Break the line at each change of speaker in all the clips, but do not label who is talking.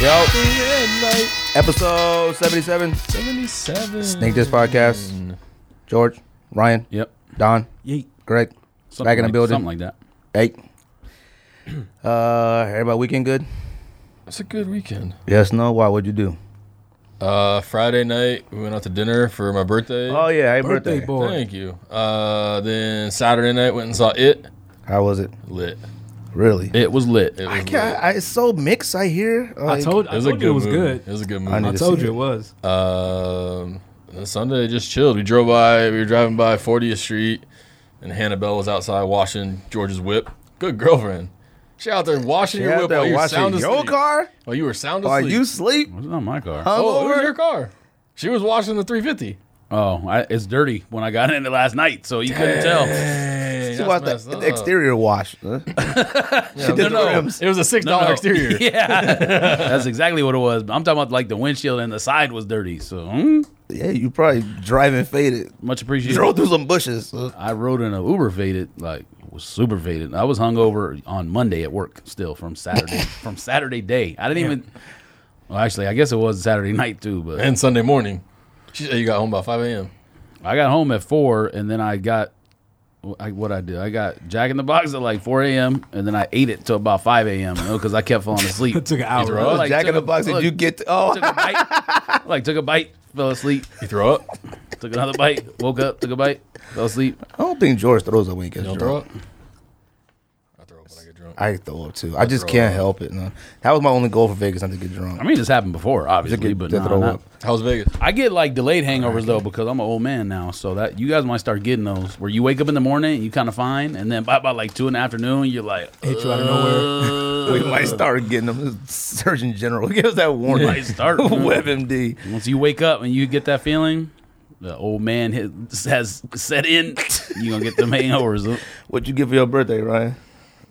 Yo,
Midnight
episode 77.
77.
Snake This Podcast. George, Ryan,
Yep.
Don, Greg,
Something
back in the
like-
building.
Something like that.
eight. Uh, everybody weekend good?
It's a good weekend.
Yes, no. Why? What'd you do?
Uh, Friday night, we went out to dinner for my birthday.
Oh yeah, happy birthday.
Birthday boy.
Thank you. Uh, then Saturday night, went and saw it.
How was it?
Lit.
Really?
It was lit. It was
I can't.
lit.
I, it's so mixed. I hear.
I
Like,
told,
It
I
was a
told you
good
it was
movie.
good.
It was a good
I
movie.
I
need to
told
see
you it was.
Um, and Sunday just chilled. We drove by. We were driving by 40th Street, and Hannibal was outside washing George's whip. Good girlfriend. She out there washing
Yeah,
your whip
that
while you were
watching
sound
your
asleep.
car.
While you were sound
Are
asleep.
you sleep?
Well, It's not my car.
oh, it was
Hungover?
your car. She was washing the 350.
Oh, I, it's dirty when I got in it last night, so you couldn't tell.
Dang,
She
that's
watched
messed
the, the
up.
exterior wash. Huh? she did the rims.
It was a six
No,
dollar
no.
exterior.
yeah, that's exactly what it was. I'm talking about like the windshield and the side was dirty. So hmm,
Yeah, you probably driving faded.
much appreciated.
Drove through some bushes. huh?
I rode in a Uber faded, like was super faded. I was hungover on Monday at work still from Saturday from Saturday day. I didn't even. Well, actually, I guess it was Saturday night too, but
And Sunday morning, she said you got home by five a.m.
I got home at four, and then I got I, what I did. I got Jack in the Box at like four a.m., and then I ate it till about five a.m. because I kept falling asleep.
It took an hour.
I, like,
Jack in
took
the
a-
box. Did
look,
you get? To, oh,
took a bite. like took a bite, fell asleep.
You throw up?
Took another bite, woke up, took a bite, fell asleep.
I don't think George throws a wink at
You don't
drunk.
throw up? I throw up when I get drunk.
I throw up too. I just
throw
can't help it. No. That was my only goal for Vegas, not to get drunk.
I mean, this happened before,
Just
obviously,
get-
but
to
nah,
throw
not-
up.
How's Vegas?
I get like delayed hangovers though because I'm an old man now, so that you guys might start getting those where you wake up in the morning, you kind of fine, and then by about like two in the afternoon, you're like,
Hit you out of nowhere.
we might start getting them. Surgeon General, give us that warning.
Might start.
WebMD.
Once you wake up and you get that feeling, the old man hit, has set in. You gonna get the hangovers. huh?
What you get for your birthday, Ryan?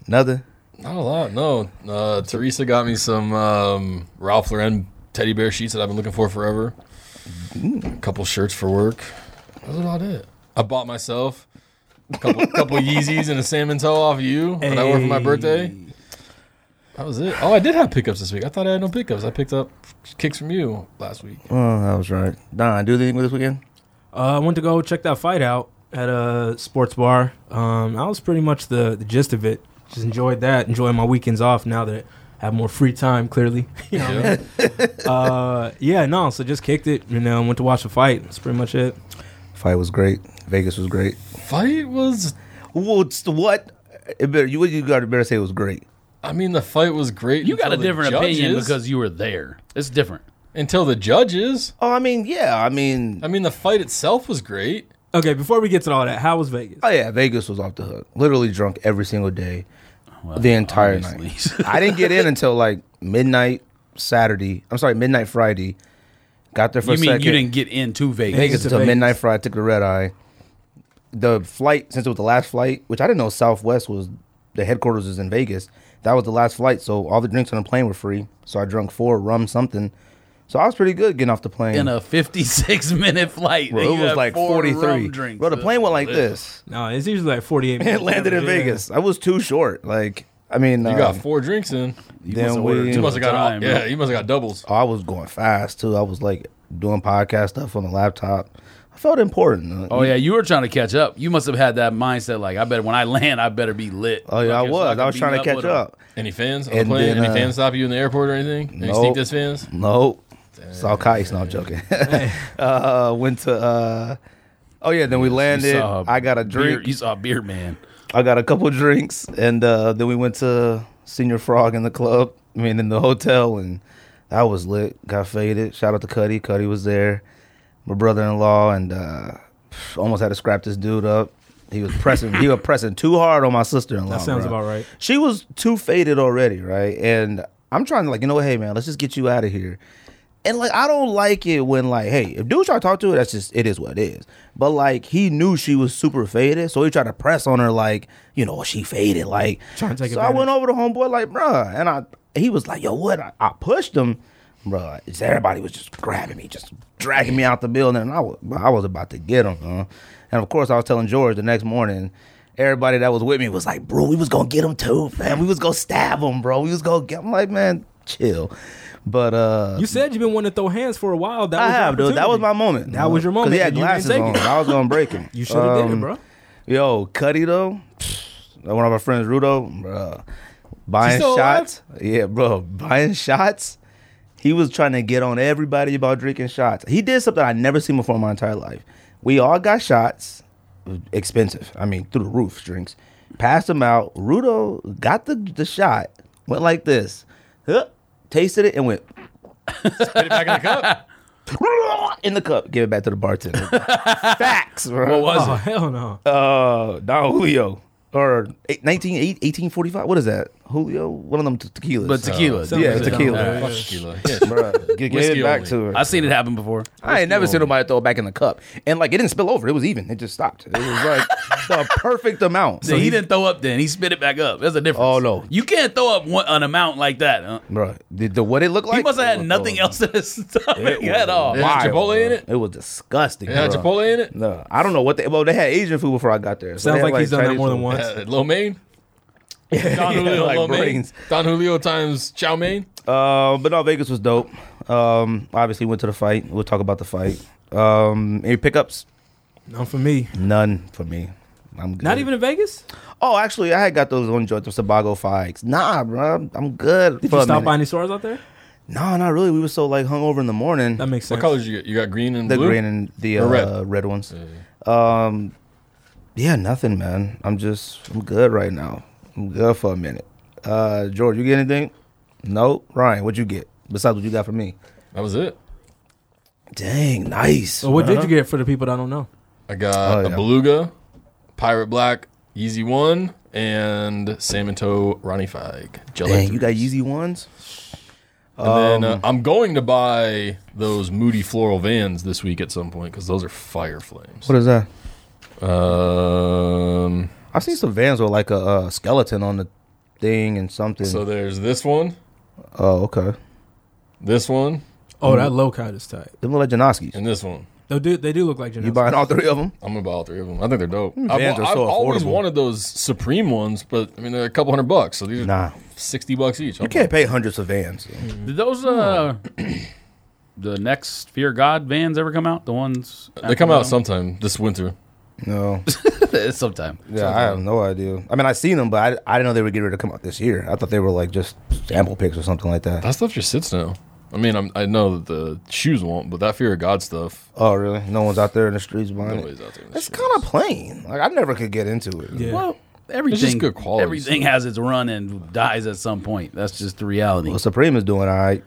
Nothing.
Not a lot. No. Uh, Teresa got me some um, Ralph Lauren teddy bear sheets that I've been looking for forever. A couple shirts for work. That's about it. I bought myself a couple, couple Yeezys and a salmon toe off you
Oh,
that I wore for my
Hey.
birthday. That was it. Oh, I did have pickups this week. I thought I had no pickups. I picked up kicks from you last week.
Oh, that was right. Don, do anything with this weekend?
Uh, I went to go check that fight out at a sports bar. Um, that was pretty much the, the gist of it. Just enjoyed that. Enjoying my weekends off now that I have more free time. Clearly, you know. what I mean?
Yeah.
uh, yeah, no. So just kicked it and uh, went to watch the fight. That's pretty much it.
Fight was great. Vegas was great.
fight was.
Well, it's the what? It better, you you got to better say it was great.
I mean, the fight was great.
You got a
until the
different opinion
judges-
because you were there. It's different.
until the judges.
Oh, I mean, yeah. I mean,
I mean, the fight itself was great.
Okay, before we get to all that, how was Vegas?
oh yeah, Vegas was off the hook. Literally drunk every single day, the entire
Uh, obviously.
night. I didn't get in until like midnight Saturday. I'm sorry, midnight Friday. Got there for
You
a
mean
second.
you didn't get into Vegas?
Vegas
to
until
Vegas.
midnight Friday. Took the red eye. The flight, since it was the last flight, which I didn't know Southwest was the headquarters is in Vegas. That was the last flight, so all the drinks on the plane were free. So I drank four rum something. So I was pretty good getting off the plane.
in a 56 minute flight.
Bro,
and
it
you
was
had
like
four
forty three.
rum drinks.
Bro, the plane went like this.
No, it's usually like 48
It
minutes.
landed in
Yeah.
Vegas. I was too short. Like I mean,
You
um,
got four drinks in.
You
Then
must have ordered
we-
two
You
You
must
must
at
have
a
got
time,
yeah.
bro.
You must have got doubles.
I was going fast too. I was like doing podcast stuff on the laptop. I felt important.
Oh yeah, you were trying to catch up. You must have had that mindset like I better when I land, I better be lit.
Oh yeah, I
Like, so
was.
can
I was
beat
trying to catch
with 'em.
up.
Any fans on the
And
plane?
then,
Any
uh,
fans stop you in the airport or anything? Any
Nope.
sneak this fans?
No. It's all kites. No, I'm joking. uh, went to. Uh, oh yeah, then we
You
landed.
saw a
I got a
beer-
drink.
you saw a beer man.
I got a couple drinks, and uh, then we went to Senior Frog in the club. I mean, in the hotel, and that was lit. Got faded. Shout out to Cuddy. Cuddy was there. My brother-in-law, and uh, almost had to scrap this dude up. He was pressing. he was pressing too hard on my sister-in-law.
That sounds
bro.
about right.
She was too faded already, right? And I'm trying to like, you know what, hey man, let's just get you out of here. And like I don't like it when like, hey, if dudes try to talk to her, that's just it is what it is. But like he knew she was super faded, so he tried to press on her like, you know, "Oh, she faded. Like
Trying to take
so I went
advantage.
over to homeboy like, bruh, and I he was like, yo, what? I, I pushed him, bruh. It's everybody was just grabbing me, just dragging me out the building, and I was I was about to get him, huh? And of course, I was telling George the next morning. Everybody that was with me was like, bro, we was gonna get him too, man. We was gonna stab him, bro. We was gonna get. I'm like, man, chill. But uh,
You said you've been wanting to throw hands for a while. That
I
was your
have, dude. That
opportunity.
was my moment.
That was your moment,
Because he had
and you didn't
glasses
take
on.
it.
I was gonna break him.
You should have did
Um,
it, bro.
Yo, Cuddy though, one of our friends, Rudo, bruh, buying
still
shots. Yeah, bro, buying shots. He was trying to get on everybody about drinking shots. He did something I never seen before in my entire life. We all got shots, expensive. I mean, through the roof drinks. Passed them out. Rudo got the the shot. Went like this. Huh, tasted it and went
Put it back in the cup.
in the cup. Give it back to the bartender. Facts, bro
What was
Oh
it?
hell no!
uh Don Julio or eight- 19 eight- 1845 what is that Julio one of them te- tequilas Uh,
But tequila.
Something
yeah,
like that.
tequila.
Yeah.
Fuck tequila. Yeah.
Bruh, g- give
Whiskey
it back
only.
to her
I've seen it happen before.
I ain't never seen
only.
nobody throw it back in the cup and like it didn't spill over it was even it just stopped it was like the perfect amount
So he didn't throw up then. He spit it back up. There's a difference.
Oh, no.
You can't throw up one, an amount like that. huh?
bro the, the- what it looked like
He must have
it
had
was
nothing
the-
else in his stomach
it was
at all.
Is Yeah.
wild,
Chipotle in
bro.
it?
it was disgusting
It had
bruh.
Chipotle in it.
no I don't know what they well they had Asian food before I got there So they
Sounds
had,
like he's done that
Chinese
more than
food.
once.
Uh, lo mein. Don
Yeah,
Julio,
like
lo mein.
brains.
Don Julio times chow mein.
Uh, but no, Vegas was dope. Um, obviously went to the fight. We'll talk about the fight. Um, any pickups?
None for me.
None for me. I'm good.
Not even in Vegas.
Oh, actually, I had got those on joint, those Tobago figs. Nah, bro, I'm, I'm good.
Did
for
you
a
stop
minute.
by any stores out there?
No, not really. We were so like hungover in the morning.
That makes
What
sense.
colors you get? You got green and
the
blue.
green and the uh,
Or red?
red. ones. Um, yeah, nothing, man. I'm just I'm good right now. I'm good for a minute. Uh, George, you get anything? Nope. Ryan, what'd you get besides what you got for me?
that was it.
Dang, nice.
So what did you get for the people that don't know?
I got
Oh,
a
yeah.
beluga, pirate black, Yeezy one, and salmon toe Ronnie Fag. Gel
Dang, Um, you
Electric.
got Yeezy ones.
and then uh, I'm going to buy those Moody floral vans this week at some point because those are fire flames.
What is that?
Um,
I've seen some vans with like a, uh skeleton on the thing and something.
so there's this one,
oh, okay.
this one,
Oh, that low cut is tight.
Them look like Janoskis.
and this one.
They do. They do look like
You
Janelle.
buying all three of them?
I'm gonna buy all three of them. I think they're dope. I've,
vans are
I've
so
always
affordable.
wanted those Supreme ones, but I mean they're a couple hundred bucks, so these are
Nah.
sixty bucks each.
You can't pay hundreds for vans.
Did those uh the next Fear God vans ever come out? The ones
They come out sometime this winter.
No.
sometime.
Yeah, I have no idea. I mean, I seen them, but I, I didn't know they were getting ready to come out this year. I thought they were like just sample picks or something like that.
That stuff just sits now. I mean, I'm, I know that the shoes won't, but that fear of God stuff.
Oh, really? No one's out there in the streets buying it.
Nobody's out there. in the
It's
shoes.
kind of plain. Like I never could get into it.
Yeah.
Well, everything
good quality
Everything has its run and dies at some point. That's just the reality.
Well, Supreme is doing all right.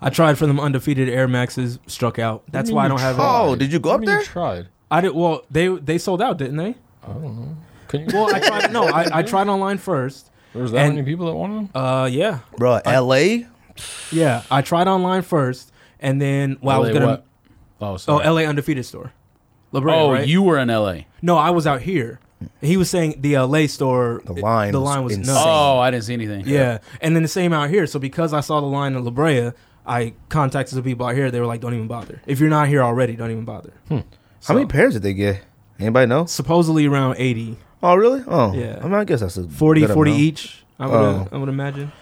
I tried for them undefeated Air Maxes, struck out. That's
mean
why I
you
don't have.
tried?
It.
Oh, did you go
I
up
mean, you
there?
tried.
I did. Well, they they sold out, didn't they?
Can you?
Well, I tried. no, I, I tried online first.
there was that
and-
many people that wanted them.
Uh, yeah,
Bro, LA?
yeah. I tried online first, and then while I was
LA
gonna.
what? Oh,
Oh,
sorry.
L.A. undefeated store. LeBron,
Oh,
right?
you were in L.A.
No, I was out here. He was saying the L.A. store.
The line
The
was
line was
insane.
nuts.
Oh, I didn't see anything.
Yeah, and then the same out here. So because I saw the line in La Brea, I contacted the people out here. They were like, "Don't even bother. If you're not here already, don't even bother."
Hmm.
How many pairs did they get? Anybody know?
Supposedly around 80,
Oh, really? Oh,
Yeah.
I mean, I guess that's a
40,
good
40
amount.
each. I would uh,
Oh.
I would imagine.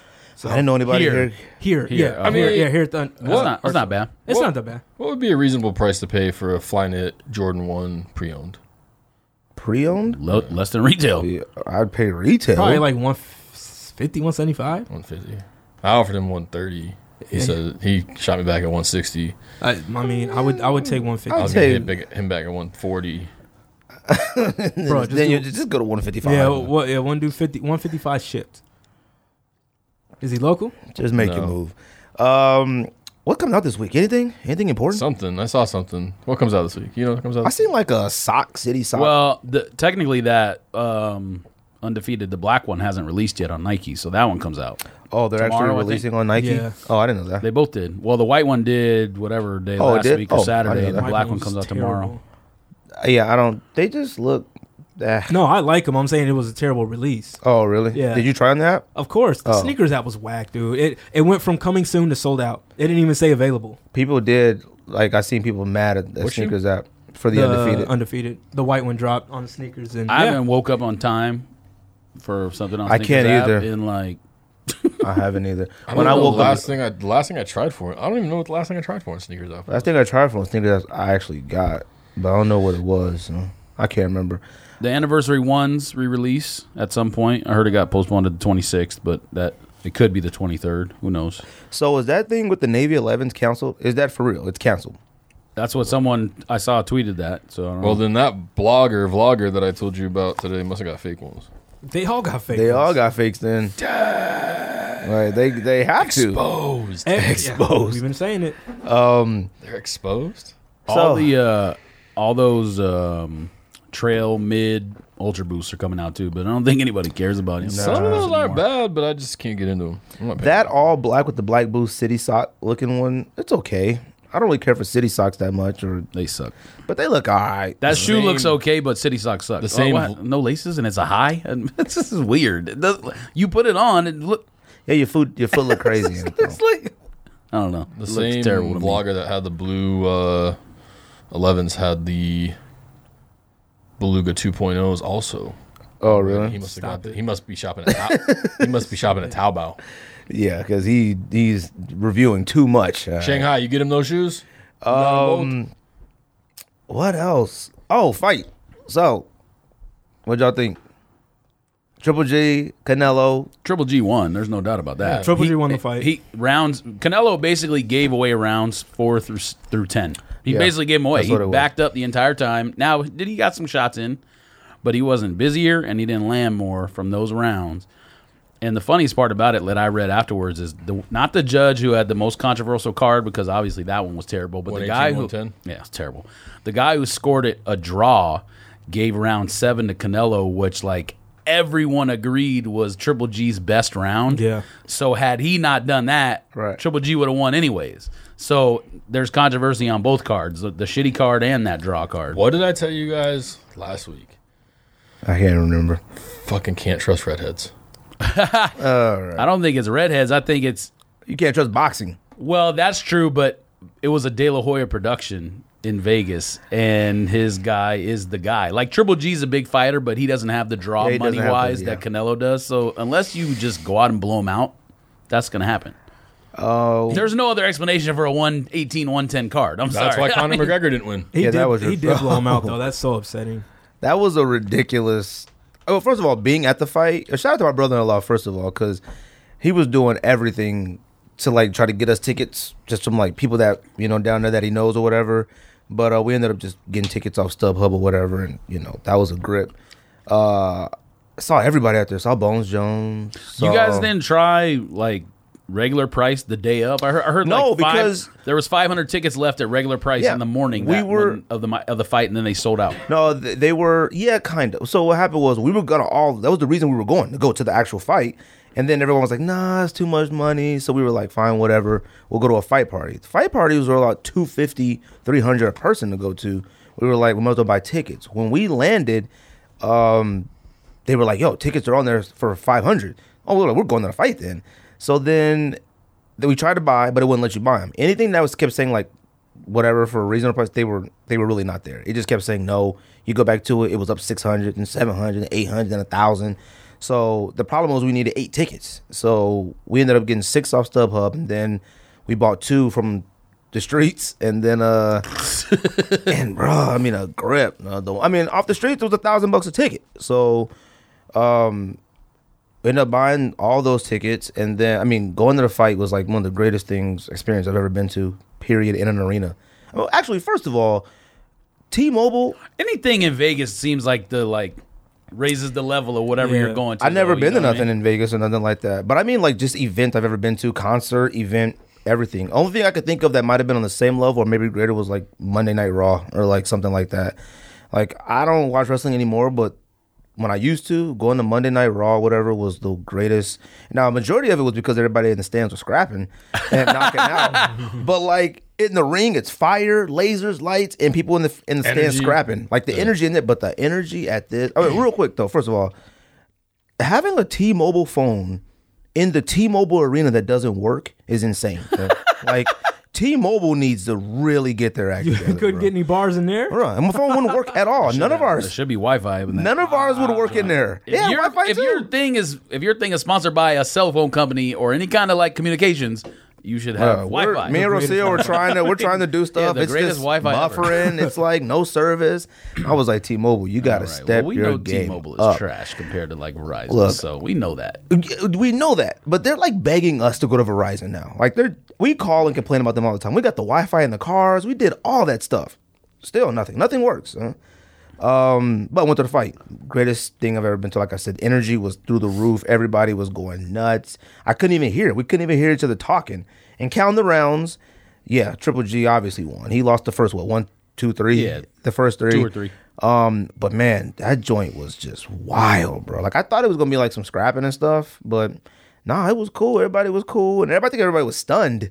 I didn't know anybody
Here.
here.
Here,
Here,
yeah,
I
here,
mean-
yeah, here at the.
that's not that's not bad.
It's
What?
not that bad.
What would be a reasonable price to pay for a Flyknit Jordan One pre-owned?
Pre-owned?
Lo- less than retail.
Yeah, I'd pay retail.
Probably like 150, 175.
One fifty. I offered him one thirty. He
Yeah.
said he shot me back at one sixty.
I, I mean, I would I would take
I
150.
was gonna
Say-
hit back, him back at one forty.
Bro, just
then
do-
you just just go to one fifty five.
yeah, well, yeah, one do 50, 155 shipped. Is he local?
just make your
No.
move. Um, what comes out this week? Anything? Anything important?
Something I saw something. What comes out this week? You know what comes out?
I seen like a sock city sock.
Well, the, technically, that um, undefeated, the black one hasn't released yet on Nike, so that one comes out.
oh, they're
tomorrow, I
actually
think.
releasing on Nike.
Yeah.
Oh, I didn't know that.
They both did. Well, the white one did whatever day
Oh, it
last
did?
week
Oh,
or
I
Saturday.
didn't
and
know
The
that.
black
Michael's
one comes out
terrible.
tomorrow.
Uh, yeah, I don't. They just look. eh.
No, I like him. I'm saying it was a terrible release.
Oh, really?
Yeah.
Did you try on that?
Of course, the
Oh.
sneakers app was whack, dude. It it went from coming soon to sold out. It didn't even say available.
People did. Like I seen people mad at the
What shoe?
sneakers app for the, undefeated.
undefeated. The white one dropped on the sneakers, and
I
yeah.
haven't woke up on time for something on
I
Sneakers
can't
app
either.
In like
I haven't either.
I
when I woke
the
up,
last thing I the last thing I tried for I don't even know what the last thing I tried for in sneakers outfit.
I think I tried for one thing that I actually got, but I don't know what it was. so I can't remember.
The anniversary ones re-release at some point. I heard it got postponed to the 26th, but that it could be the 23rd. Who knows?
So is that thing with the Navy 11s canceled? Is that for real? It's canceled.
That's what someone I saw tweeted that. So I don't
Well,
know.
then that blogger vlogger that I told you about today must have got fake ones.
They all got fake.
They
ones.
all got fakes then. Like they they have to.
Exposed.
Ev- yeah,
exposed.
we've been saying it.
Um,
Oh, They're exposed.
all
so-
the uh, all those um, trail mid ultra boosts are coming out too, but I don't think anybody cares about it.
Some of those aren't bad, but I just can't get into them. I'm not paying
That all black with the black boost city sock looking one, it's okay. I don't really care for city socks that much, or
They suck.
but they look all right.
That shoe
same-
looks okay, but City Sock sucks. Oh,
The same-
what? no laces, and it's a high. this is weird. It does, you put it on, and look.
Yeah, your foot your foot look crazy. in it, though.
It's like I don't know.
The
it
same
looks terrible to me.
vlogger that had the blue uh, 11s had the Beluga 2.0s also.
oh
He
really?
must have got the, he must be shopping at Tao- he must be shopping at Taobao.
Yeah, because he he's reviewing too much. Uh,
Shanghai, you get him those shoes?
um, what else? Oh, fight. So, what y'all think? Triple G, Canelo.
Triple G won. There's no doubt about that.
Yeah.
Uh, Triple G
He-
won the fight.
He rounds. Canelo basically gave away rounds four through s- through ten. He
Yeah,
basically gave them away.
that's
He
what it was.
backed up the entire time. Now, did he got some shots in? But he wasn't busier, and he didn't land more from those rounds. And the funniest part about it that I read afterwards is the not the judge who had the most controversial card because obviously that one was terrible, but the guy who
118, 110?
yeah, it's terrible. The guy who scored it a draw gave round seven to Canelo, which like everyone agreed was Triple G's best round.
Yeah.
So had he not done that,
Right.
Triple G would have won anyways. So there's controversy on both cards, the, the shitty card and that draw card.
What did I tell you guys last week?
I can't remember.
Fucking can't trust redheads.
I don't think it's redheads. I think it's
You can't trust boxing.
Well, that's true, but it was a De La Hoya production in Vegas, and his guy is the guy. Like Triple G's a big fighter, but he doesn't have the draw
Yeah, he doesn't
money
have the-
wise
yeah.
that Canelo does. So unless you just go out and blow him out, that's gonna happen.
Oh,
There's no other explanation for a 118, 110 card. I'm
That's
sorry.
why Conor McGregor didn't win.
He
Yeah,
did.
that was
he
your-
did blow him out though. That's so upsetting.
That was a ridiculous. Oh, first of all, being at the fight. A shout out to my brother-in-law, first of all, because he was doing everything to like try to get us tickets, just from like people that you know down there that he knows or whatever. But uh, we ended up just getting tickets off StubHub or whatever, and you know that was a grip. Uh, saw everybody out there. Saw Bones Jones.
you
saw-
guys didn't try like regular price the day up. I heard, I heard
No,
like, five-
because-
there was 500 tickets left at regular price
Yeah,
in the morning.
we
that
were-
one- of the mi- of the fight, and then they sold out.
No, th- they were yeah, kind of. So what happened was we were gonna all that was the reason we were going to go to the actual fight, and then everyone was like, "Nah, it's too much money." So we were like, "Fine, whatever. We'll go to a fight party." The fight parties were about 250 300 a person to go to. We were like, "We might as well buy tickets." When we landed, um, they were like, "Yo, tickets are on there for 500." Oh, we're like, "We're going to the fight then." So then, then we tried to buy, but it wouldn't let you buy them. Anything that was kept saying like whatever for a reasonable price, they were they were really not there. It just kept saying no. You go back to it, it was up 600 and 700 and 800 and 1000. So the problem was we needed eight tickets. So we ended up getting six off StubHub and then we bought two from the streets and then uh and bro, I mean a grip. uh, the- I mean off the streets it was a thousand bucks a ticket. So we ended up buying all those tickets and then i mean going to the fight was like one of the greatest things experience i've ever been to period in an arena well actually first of all t-mobile
anything in Vegas seems like the like raises the level of whatever
Yeah.
you're going to.
i've never
though, you
been to
know what
nothing
I mean?
in vegas or nothing like that but i mean like just event i've ever been to concert event everything only thing i could think of that might have been on the same level or maybe greater was like monday night raw or like something like that like i don't watch wrestling anymore but when I used to, going to Monday Night Raw, whatever, was the greatest. Now, a majority of it was because everybody in the stands was scrapping and knocking out. But like in the ring, it's fire, lasers, lights, and people in the in the stands
Energy.
scrapping. Like the energy in it, but the energy at this. I mean, real quick though, first of all, having a T-Mobile phone in the T-Mobile arena that doesn't work is insane. like. T-Mobile needs to really get their act
You
together.
couldn't
bro.
get any bars in there.
Bro, and my phone wouldn't work at all. None of
There
ours,
should be Wi-Fi. in that.
none of ours would work in there.
If
yeah,
your-
Wi-Fi
If
too.
your thing is if your thing is sponsored by a cell phone company or any kind of like communications, you should have
Uh, we're-
Wi-Fi.
Me and Rocio were trying to we're trying to do stuff.
the
it's just
greatest Wi-Fi ever.
buffering. it's like no service. I was like T-Mobile, you got to
All right,
step
well, we
your
know
game
T-Mobile is
up.
trash compared to like Verizon,
Look.
so we know that.
We know that, but they're like begging us to go to Verizon now. Like they're we call and complain about them all the time. We got the Wi-Fi in the cars. We did all that stuff. Still nothing. Nothing works. Huh? Um, but went to the fight. Greatest thing I've ever been to. Like I said, energy was through the roof. Everybody was going nuts. I couldn't even hear. it. We couldn't even hear each other talking and counting the rounds. Yeah, Triple G obviously won. He lost the first what one, two, three.
Yeah.
the first three,
Two or three.
Um, but man, that joint was just wild, bro. Like I thought it was gonna be like some scrapping and stuff, but nah, it was cool. Everybody was cool, and everybody I think everybody was stunned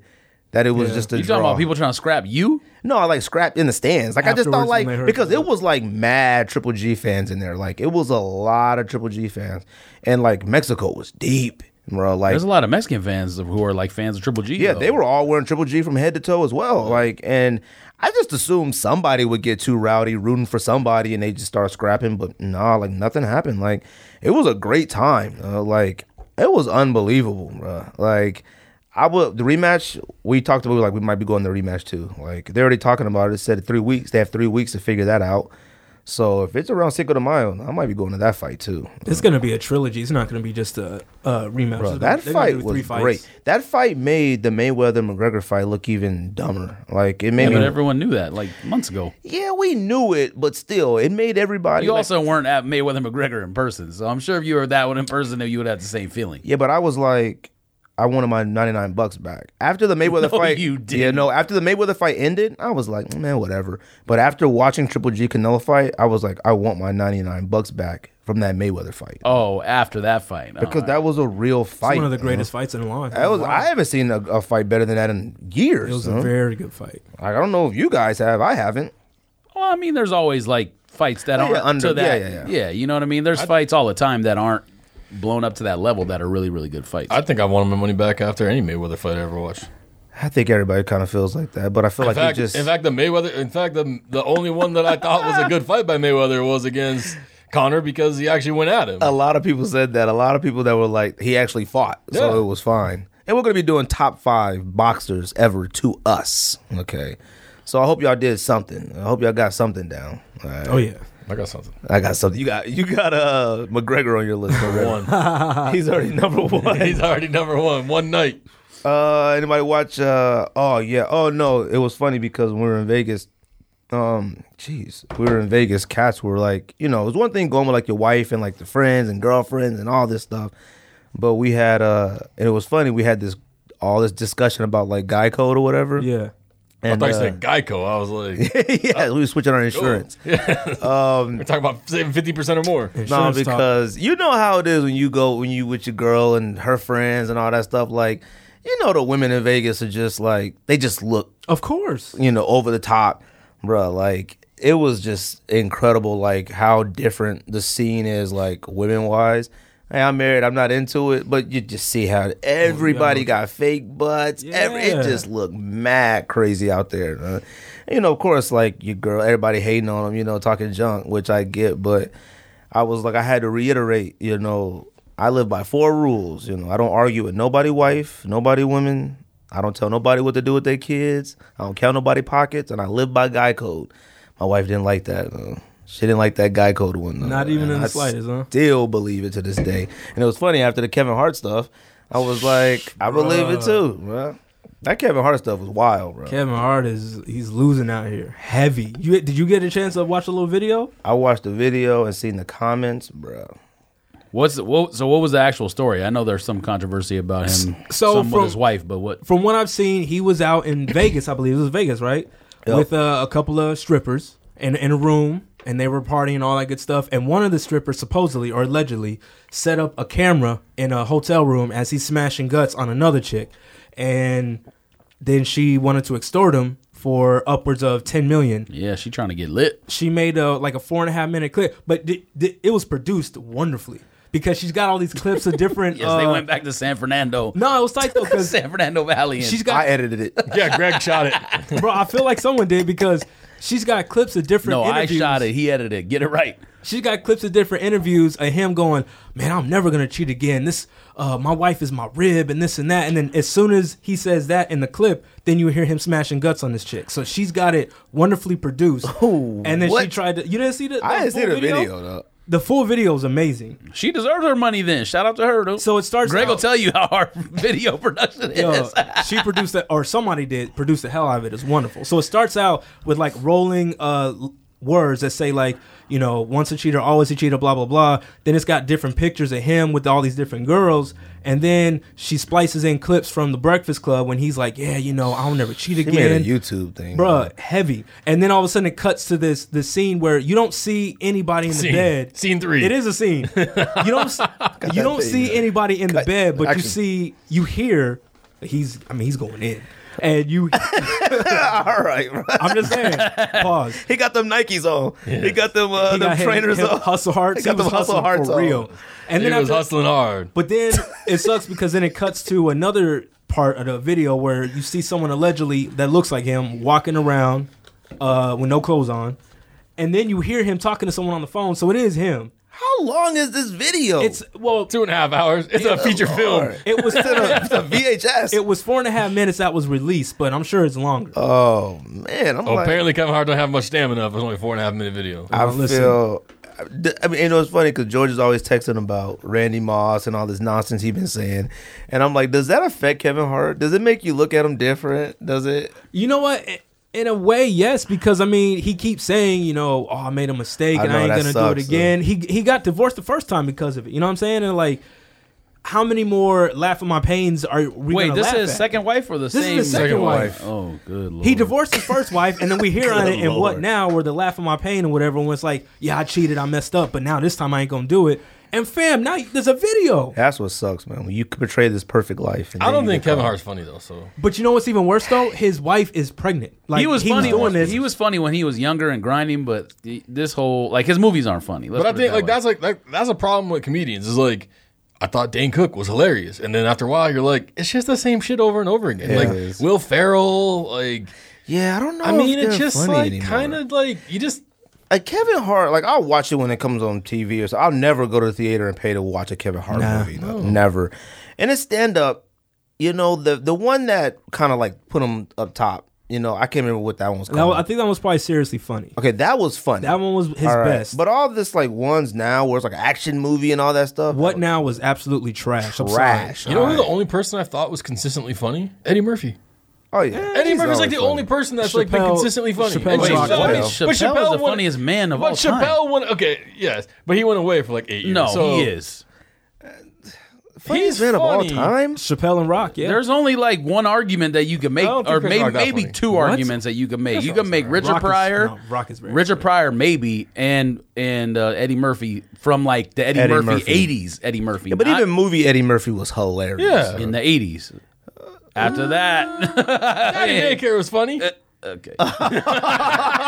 that it was just a
You talking
draw.
about people trying to scrap you?
No, I like scrapped in the stands. Like I just thought
Afterwards, when
like
they heard
because
the-
it was like mad Triple G fans in there. Like it was a lot of Triple G fans, and like Mexico was deep, bro. Like
There's a lot of Mexican fans who are like fans of Triple G.
yeah,
though.
they were all wearing Triple G from head to toe as well. Like and I just assumed somebody would get too rowdy, rooting for somebody, and they just start scrapping. But nah, like nothing happened. Like it was a great time. uh, like it was unbelievable, bro. Like. I would the rematch. We talked about like we might be going to rematch too. Like they're already talking about it. It said three weeks. They have three weeks to figure that out. So if it's around Cinco de Mayo, I might be going to that fight too.
It's gonna be a trilogy. It's not gonna be just a uh, rematch.
Bro,
It's gonna-
that
they're gonna
fight
do
was
three fights.
great. That fight made the Mayweather McGregor fight look even dumber. Like it
Yeah,
made
but
me.
everyone knew that like months ago.
yeah, we knew it, but still, it made everybody.
You
like-
also weren't at Mayweather McGregor in person, so I'm sure if you were that one in person, then you would have the same feeling.
yeah, but I was like, I wanted my ninety nine bucks back after the Mayweather
No,
fight.
you
Yeah,
didn't.
no. After the Mayweather fight ended, I was like, man, whatever. But after watching Triple G Canelo fight, I was like, I want my ninety nine bucks back from that Mayweather fight
Oh, after that fight,
because that was a real
It's
fight.
one of the
you know?
greatest fights in the line.
That was,
Wow.
I haven't seen a, a fight better than that in years.
It was
you
a
know?
very good fight.
Like, I don't know if you guys have. I haven't.
Well, I mean, there's always like fights that
Yeah,
aren't
under-
to that.
yeah, yeah, yeah.
you know what I mean. There's fights all the time that aren't blown up to that level that are really, really good fights.
I think I want my money back after any Mayweather fight I ever watched.
I think everybody kind of feels like that, but I feel
In
like
fact,
it just
in fact, the Mayweather. In fact, the the only one that I thought was a good fight by Mayweather was against Connor because he actually went at him.
a lot of people said that. A lot of people that were like he actually fought,
Yeah.
so it was fine. And we're gonna be doing top five boxers ever to us. Okay, so I hope y'all did something. I hope y'all got something down. All right.
Oh yeah,
I got something.
I got something. You got you got uh McGregor on your list already.
One.
He's already number one.
He's already number one. One night.
Uh, anybody watch? Uh, oh yeah. Oh no, it was funny because when we were in Vegas. Um, jeez, we were in Vegas. Cats were like, you know, it was one thing going with like your wife and like the friends and girlfriends and all this stuff, but we had uh, and it was funny. We had this all this discussion about like guy code or whatever.
yeah.
and,
I thought you
uh,
said Geico. I was like,
yeah, we were switching our insurance.
we're talking about saving fifty percent or more.
No,
Insurance talk.
because you know how it is when you go when you with your girl and her friends and all that stuff. Like, you know, the women in Vegas are just like they just look
of course,
you know, over the top, bruh. Like it was just incredible, like how different the scene is, like women wise. Hey, I'm married. I'm not into it, but you just see how everybody got fake butts. Every, it
Yeah.
just looked mad crazy out there. huh? And, You know, of course, like your girl, everybody hating on them. You know, talking junk, which I get, but I was like, I had to reiterate. You know, I live by four rules. You know, I don't argue with nobody, wife, nobody, women. I don't tell nobody what to do with their kids. I don't count nobody pockets, and I live by guy code. My wife didn't like that. uh, She didn't like that guy code one. though,
Not even
and
in the
I
slightest, huh?
Still believe it to this day. And it was funny after the Kevin Hart stuff. I was like, I believe it too, bruh. That Kevin Hart stuff was wild, bro.
Kevin Hart is he's losing out here. Heavy. You did you get a chance to watch a little video?
I watched the video and seen the comments, bro.
What's what? So what was the actual story? I know there's some controversy about him,
so
some with
from-
his wife, but what?
From what I've seen, he was out in Vegas, I believe it was Vegas, right?
Yep.
With uh, a couple of strippers in in a room, and they were partying and all that good stuff. And one of the strippers, supposedly or allegedly, set up a camera in a hotel room as he's smashing guts on another chick, and then she wanted to extort him for upwards of ten million.
Yeah, she trying to get lit.
she made a like a four and a half minute clip, but di- di- it was produced wonderfully. because she's got all these clips of different.
Yes,
uh,
they went back to San Fernando.
No, it was tight though because
San Fernando Valley. And
she's
I
got,
edited it.
Yeah, Greg shot it.
bro. I feel like someone did because she's got clips of different.
no, I
interviews.
shot it. He edited it. Get it right.
She's got clips of different interviews of him going, "Man, I'm never gonna cheat again. This, uh, my wife is my rib, and this and that." And then as soon as he says that in the clip, then you hear him smashing guts on this chick. So she's got it wonderfully produced.
Oh,
and then she
what?
tried to. You didn't see the.
I didn't see
full
the video though.
The full video is amazing.
She deserves her money then. Shout out to her. Though.
So it starts.
Greg will
out-
tell you how hard video production is.
Yo, she produced that, or somebody did produce the hell out of it. It's wonderful. So it starts out with like rolling uh, l- words that say like, you know, once a cheater, always a cheater, blah blah blah. Then it's got different pictures of him with all these different girls, and then she splices in clips from The Breakfast Club when he's like, yeah, you know, I'll never cheat
She made a
again.
YouTube thing,
Bruh, heavy. And then all of a sudden it cuts to this this scene where you don't see anybody in the
Scene.
bed.
Scene three.
It is a scene. You don't s- you don't
thing,
see
man.
anybody in the
Cut.
bed, but you
Action.
see you hear he's I mean he's going in. And you
All right, bro.
I'm just saying, pause.
he got them Nikes on. He got them uh,
He
them
got him-
trainers
him
on.
hustle hearts.
He got
he was
them hustle
hustling
hearts
for
on.
real. And
He
then
was
after,
hustling hard.
But then it sucks because then it cuts to another part of the video where you see someone allegedly that looks like him walking around uh, with no clothes on, and then you hear him talking to someone on the phone. So it is him.
How long is this video?
It's well,
Two and a half hours. It's a feature film.
it was
It's a VHS.
it was four and a half minutes that was released, but I'm sure it's longer.
oh man, I'm
Oh,
like,
apparently Kevin Hart don't have much stamina. It was only a four and a half minute video.
I
listen.
feel. I mean, you know, it's funny because George is always texting about Randy Moss and all this nonsense he's been saying, and I'm like, does that affect Kevin Hart? Does it make you look at him different? Does it?
You know what? I- In a way, yes, because I mean, he keeps saying, you know, oh, I made a mistake
I
and
know,
I ain't
that
gonna do
sucks,
it again. He he got divorced the first time because of it. You know what I'm saying? And like, how many more laugh at my pains are we
Wait,
gonna
this
laugh
is
at?
second wife or the
This
same?
is his second,
Second
wife.
Oh, good lord.
He divorced his first wife, and then we hear on it in what
Lord.
now, where the laugh at my pain and whatever. And it's like, yeah, I cheated, I messed up, but now this time I ain't gonna do it. And fam, now there's a video.
That's what sucks, man. When you portray this perfect life, and
I
then
don't
you
think
get
Kevin
caught.
Hart's funny though. So
But you know what's even worse though? His wife is pregnant. Like
he was funny.
doing this.
He was funny when he was younger and grinding, but th- this whole like his movies aren't funny. Let's
But I
put it
think
that
like
way.
that's like, like that's a problem with comedians. Is like I thought Dane Cook was hilarious, and then after a while, you're like, it's just the same shit over and over again.
Yeah,
like
it is.
Will Ferrell, like
Yeah, I don't know.
I mean, it's
they're
just
funny
like
anymore.
kind of like you just
like Kevin Hart. Like I'll watch it when it comes on TV, or so. I'll never go to the theater and pay to watch a Kevin Hart
Nah.
movie. though. Never. And it's stand up. You know the the one that kind of like put him up top. You know I can't remember what that one was
That
called.
was- I think that was probably seriously funny.
okay, that was funny.
That one was his
All right.
best.
But all this like ones now where it's like action movie and all that stuff.
Oh.
What now was absolutely trash. I'm sorry.
Trash.
you know
All
who the
right.
only person I thought was consistently funny? Eddie Murphy.
Oh
Eh,
yeah.
Eddie
He's
Murphy's like
always
the
funny.
only person that's like been
Chappelle-
consistently funny.
Chappelle
And
was
Chappelle-
awesome.
I mean,
Chappelle.
but
Chappelle is the
won-
funniest man of
but
all time.
Chappelle won. Okay, yes, but he went away for like eight years.
no,
so
he is.
Funniest
he's
man of all
funny.
time.
Chappelle and Rock, yeah.
There's only like one argument that you can make,
don't think
or
Chris
maybe
Rock that
maybe
funny.
two
What?
arguments that you can make. You
Rock's
can make
not.
Richard
Rock is-
Pryor,
no, Rock is very
Richard
funny.
Pryor, maybe, and and uh, Eddie Murphy from like the Eddie,
Eddie
Murphy,
Murphy.
'80s Eddie Murphy,
But
not
even movie Eddie Murphy was hilarious.
Yeah.
in the '80s. After that,
Daddy Daycare was funny.
Uh, okay.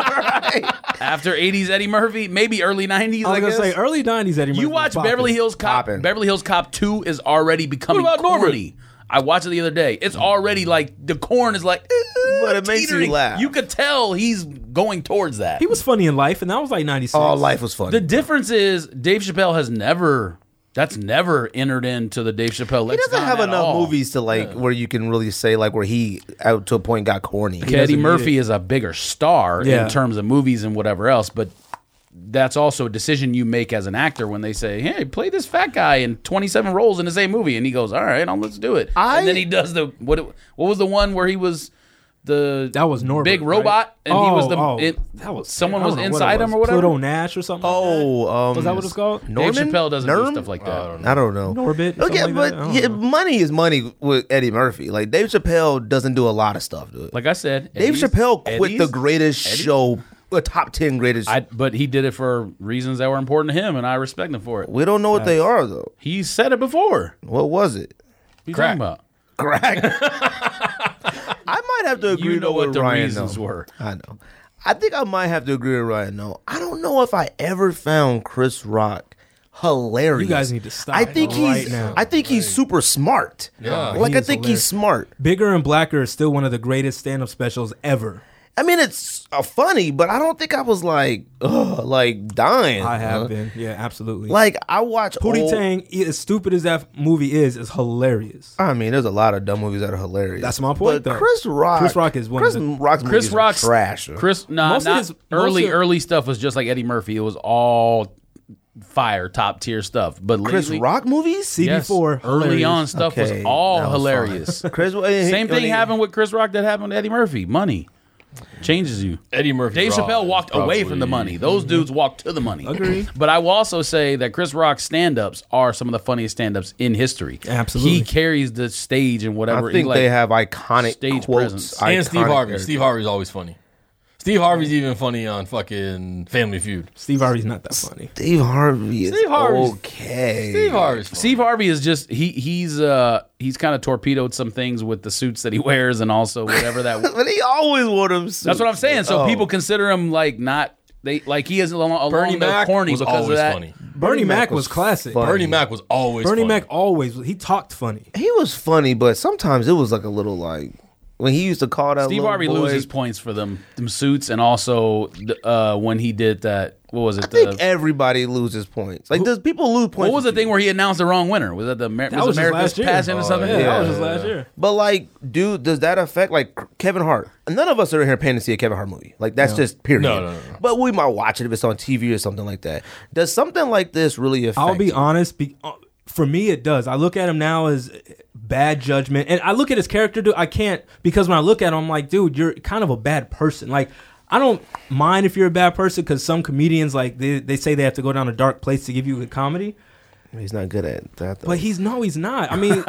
After '80s Eddie Murphy, maybe early '90s.
I
I,
was gonna
guess.
say early '90s Eddie Murphy.
You
was
watch
popping.
Beverly Hills Cop.
Poppin'.
Beverly Hills Cop Two is already becoming
What about Norbert?
corny. I watched it the other day. It's already like the corn is like,
But it makes you
teetering.
laugh.
You could tell he's going towards that.
He was funny in life, and that was like '96.
Oh,
All life was funny.
the difference is Dave Chappelle has never. That's never entered into the Dave Chappelle.
he doesn't have enough movies to like where you can really say like where he out to a point got corny.
Eddie
need
Murphy is a bigger star
Yeah.
in terms of movies and whatever else, but that's also a decision you make as an actor when they say, "Hey, play this fat guy in 27 roles in the same movie," and he goes, "All right, I'll- let's do it."
I-
and then he does the what? What was the one where he was the
That was Norbert.
big
right?
robot, and he was the
Oh, oh,
it-
that was
someone
I don't
was
know what it
inside him or whatever.
Pluto Nash or something.
Oh, um,
Was that what it's called?
Norman?
Dave Chappelle doesn't do
Nerm?
stuff like that.
I don't know.
Norbit, something
Okay,
like
but
that? I don't
yeah,
know.
money is money with Eddie Murphy. Like Dave Chappelle doesn't do a lot of stuff, dude.
Like I said,
Dave
Eddie's-
Chappelle quit the
Eddie's-
greatest show, the top ten greatest.
I, but he did it for reasons that were important to him, and I respect him for it.
we don't know what they are though.
He said it before. What
What was it?
are you
Crack.
talking about?
Crack. I might have to agree
You know
with
what the
Ryan,
reasons
though.
were.
I know. I think I might have to agree with Ryan though. I don't know if I ever found Chris Rock hilarious.
You guys need to stop
I think
right
he's.
now.
I think he's super smart.
Yeah,
like
he
I
is
think
hilarious.
he's smart.
Bigger and Blacker is still one of the greatest stand-up specials ever.
I mean, it's uh, funny, but I don't think I was like, ugh, like dying.
Uh-huh.
I have
huh?
been. Yeah, absolutely.
Like I watch
Pootie
oh.
old-
Tang, i- as stupid as that movie is, is hilarious.
I mean, there's a lot of dumb movies that are hilarious.
That's my
But
point, though.
Chris Rock.
Chris Rock is one
Chris
of the-
Rock's
Chris
movies are
Rock's
trash.
Chris, nah,
Most of
not
his- most
early
of-
early stuff was just like Eddie Murphy. It was all fire, top tier stuff. But
Chris
lately,
Rock movies.
See,
yes,
before,
early
hilarious.
on stuff
Okay,
was all
that was
hilarious.
Chris. uh,
Same thing happened with Chris Rock that happened to Eddie Murphy. Money changes you.
Eddie Murphy.
Dave
Raw
Chappelle
is
walked away from the
probably-
money. Those dudes walked to the money.
Agree.
But I will also say that Chris Rock's stand-ups are some of the funniest stand-ups in history.
Absolutely.
He carries the stage and
I
whatever.
think
he, like,
they have iconic
stage
quotes.
presence.
And Steve
iconic
Harvey.
characters.
Steve Harvey's always funny. Steve Harvey's even funny on fucking Family Feud.
Steve Harvey's not that funny.
Steve Harvey is
Steve Harvey's-
okay.
Steve Harvey's funny.
Steve Harvey is just he he's uh he's kind of torpedoed some things with the suits that he wears and also whatever that
But he always wore them. Suits.
That's what I'm saying. So
Oh.
people consider him like not they like he is along, along
Bernie
the
Mac
corny
was
because of
always
that.
funny.
Bernie, Mac
Mac
was
was
classic.
fun.
Bernie Mac was always
Bernie
funny.
Mac always he talked funny.
He was funny, but sometimes it was like a little like when he used to call that.
Steve
little
Harvey
boy,
loses points for them them suits and also th- uh when he did that what was it
I think
the,
everybody loses points. Like, does people lose points?
what was the thing where he announced the wrong winner? Was that the Amer-
was
was
just
America's
last year.
Passion or
Oh,
something?
yeah.
Yeah, that
Yeah.
was just last year.
But like, dude, does that affect like Kevin Hart? None of us are in here paying to see a Kevin Hart movie. Like that's just period.
No, no, no, no.
But we might watch it if it's on TV or something like that. Does something like this really affect?
I'll be
you?
honest. Be, uh, for me, it does. I look at him now as eh, bad judgment, and I look at his character. Dude, I can't because when I look at him, I'm like, dude, you're kind of a bad person. Like, I don't mind if you're a bad person because some comedians like they, they say they have to go down a dark place to give you a good comedy,
He's not good at that. Though.
but he's no, he's not. I mean.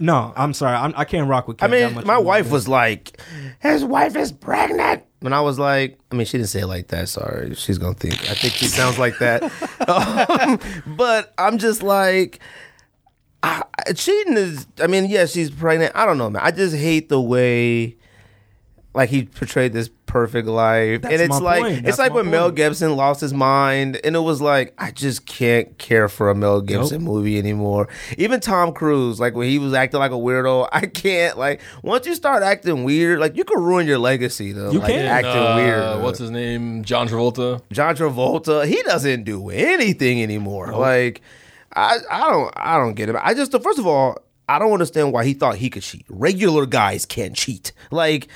No, I'm sorry. I'm, I can't rock with.
I
Kevin that
mean,
much
my
anymore.
wife was like, "His wife is pregnant," and I was like, "I mean, she didn't say it like that. Sorry, she's gonna think. I think she sounds like that." Um, but I'm just like, I, I- cheating is. I mean, yeah, she's pregnant. I don't know, man. I just hate the way. Like he portrayed this perfect life,
That's
and it's
my
like
point. That's
it's like
my
when Mel
point.
Gibson lost his mind, and it was like I just can't care for a Mel Gibson movie anymore. Even Tom Cruise, like when he was acting like a weirdo, I can't. Like once you start acting weird, like you could ruin your legacy though.
You
like,
can.
acting
Uh,
weird. though.
What's his name? John Travolta.
John Travolta, he doesn't do anything anymore. Like, I, I don't, I don't get it. I just, first of all, I don't understand why he thought he could cheat. Regular guys can't cheat. Like,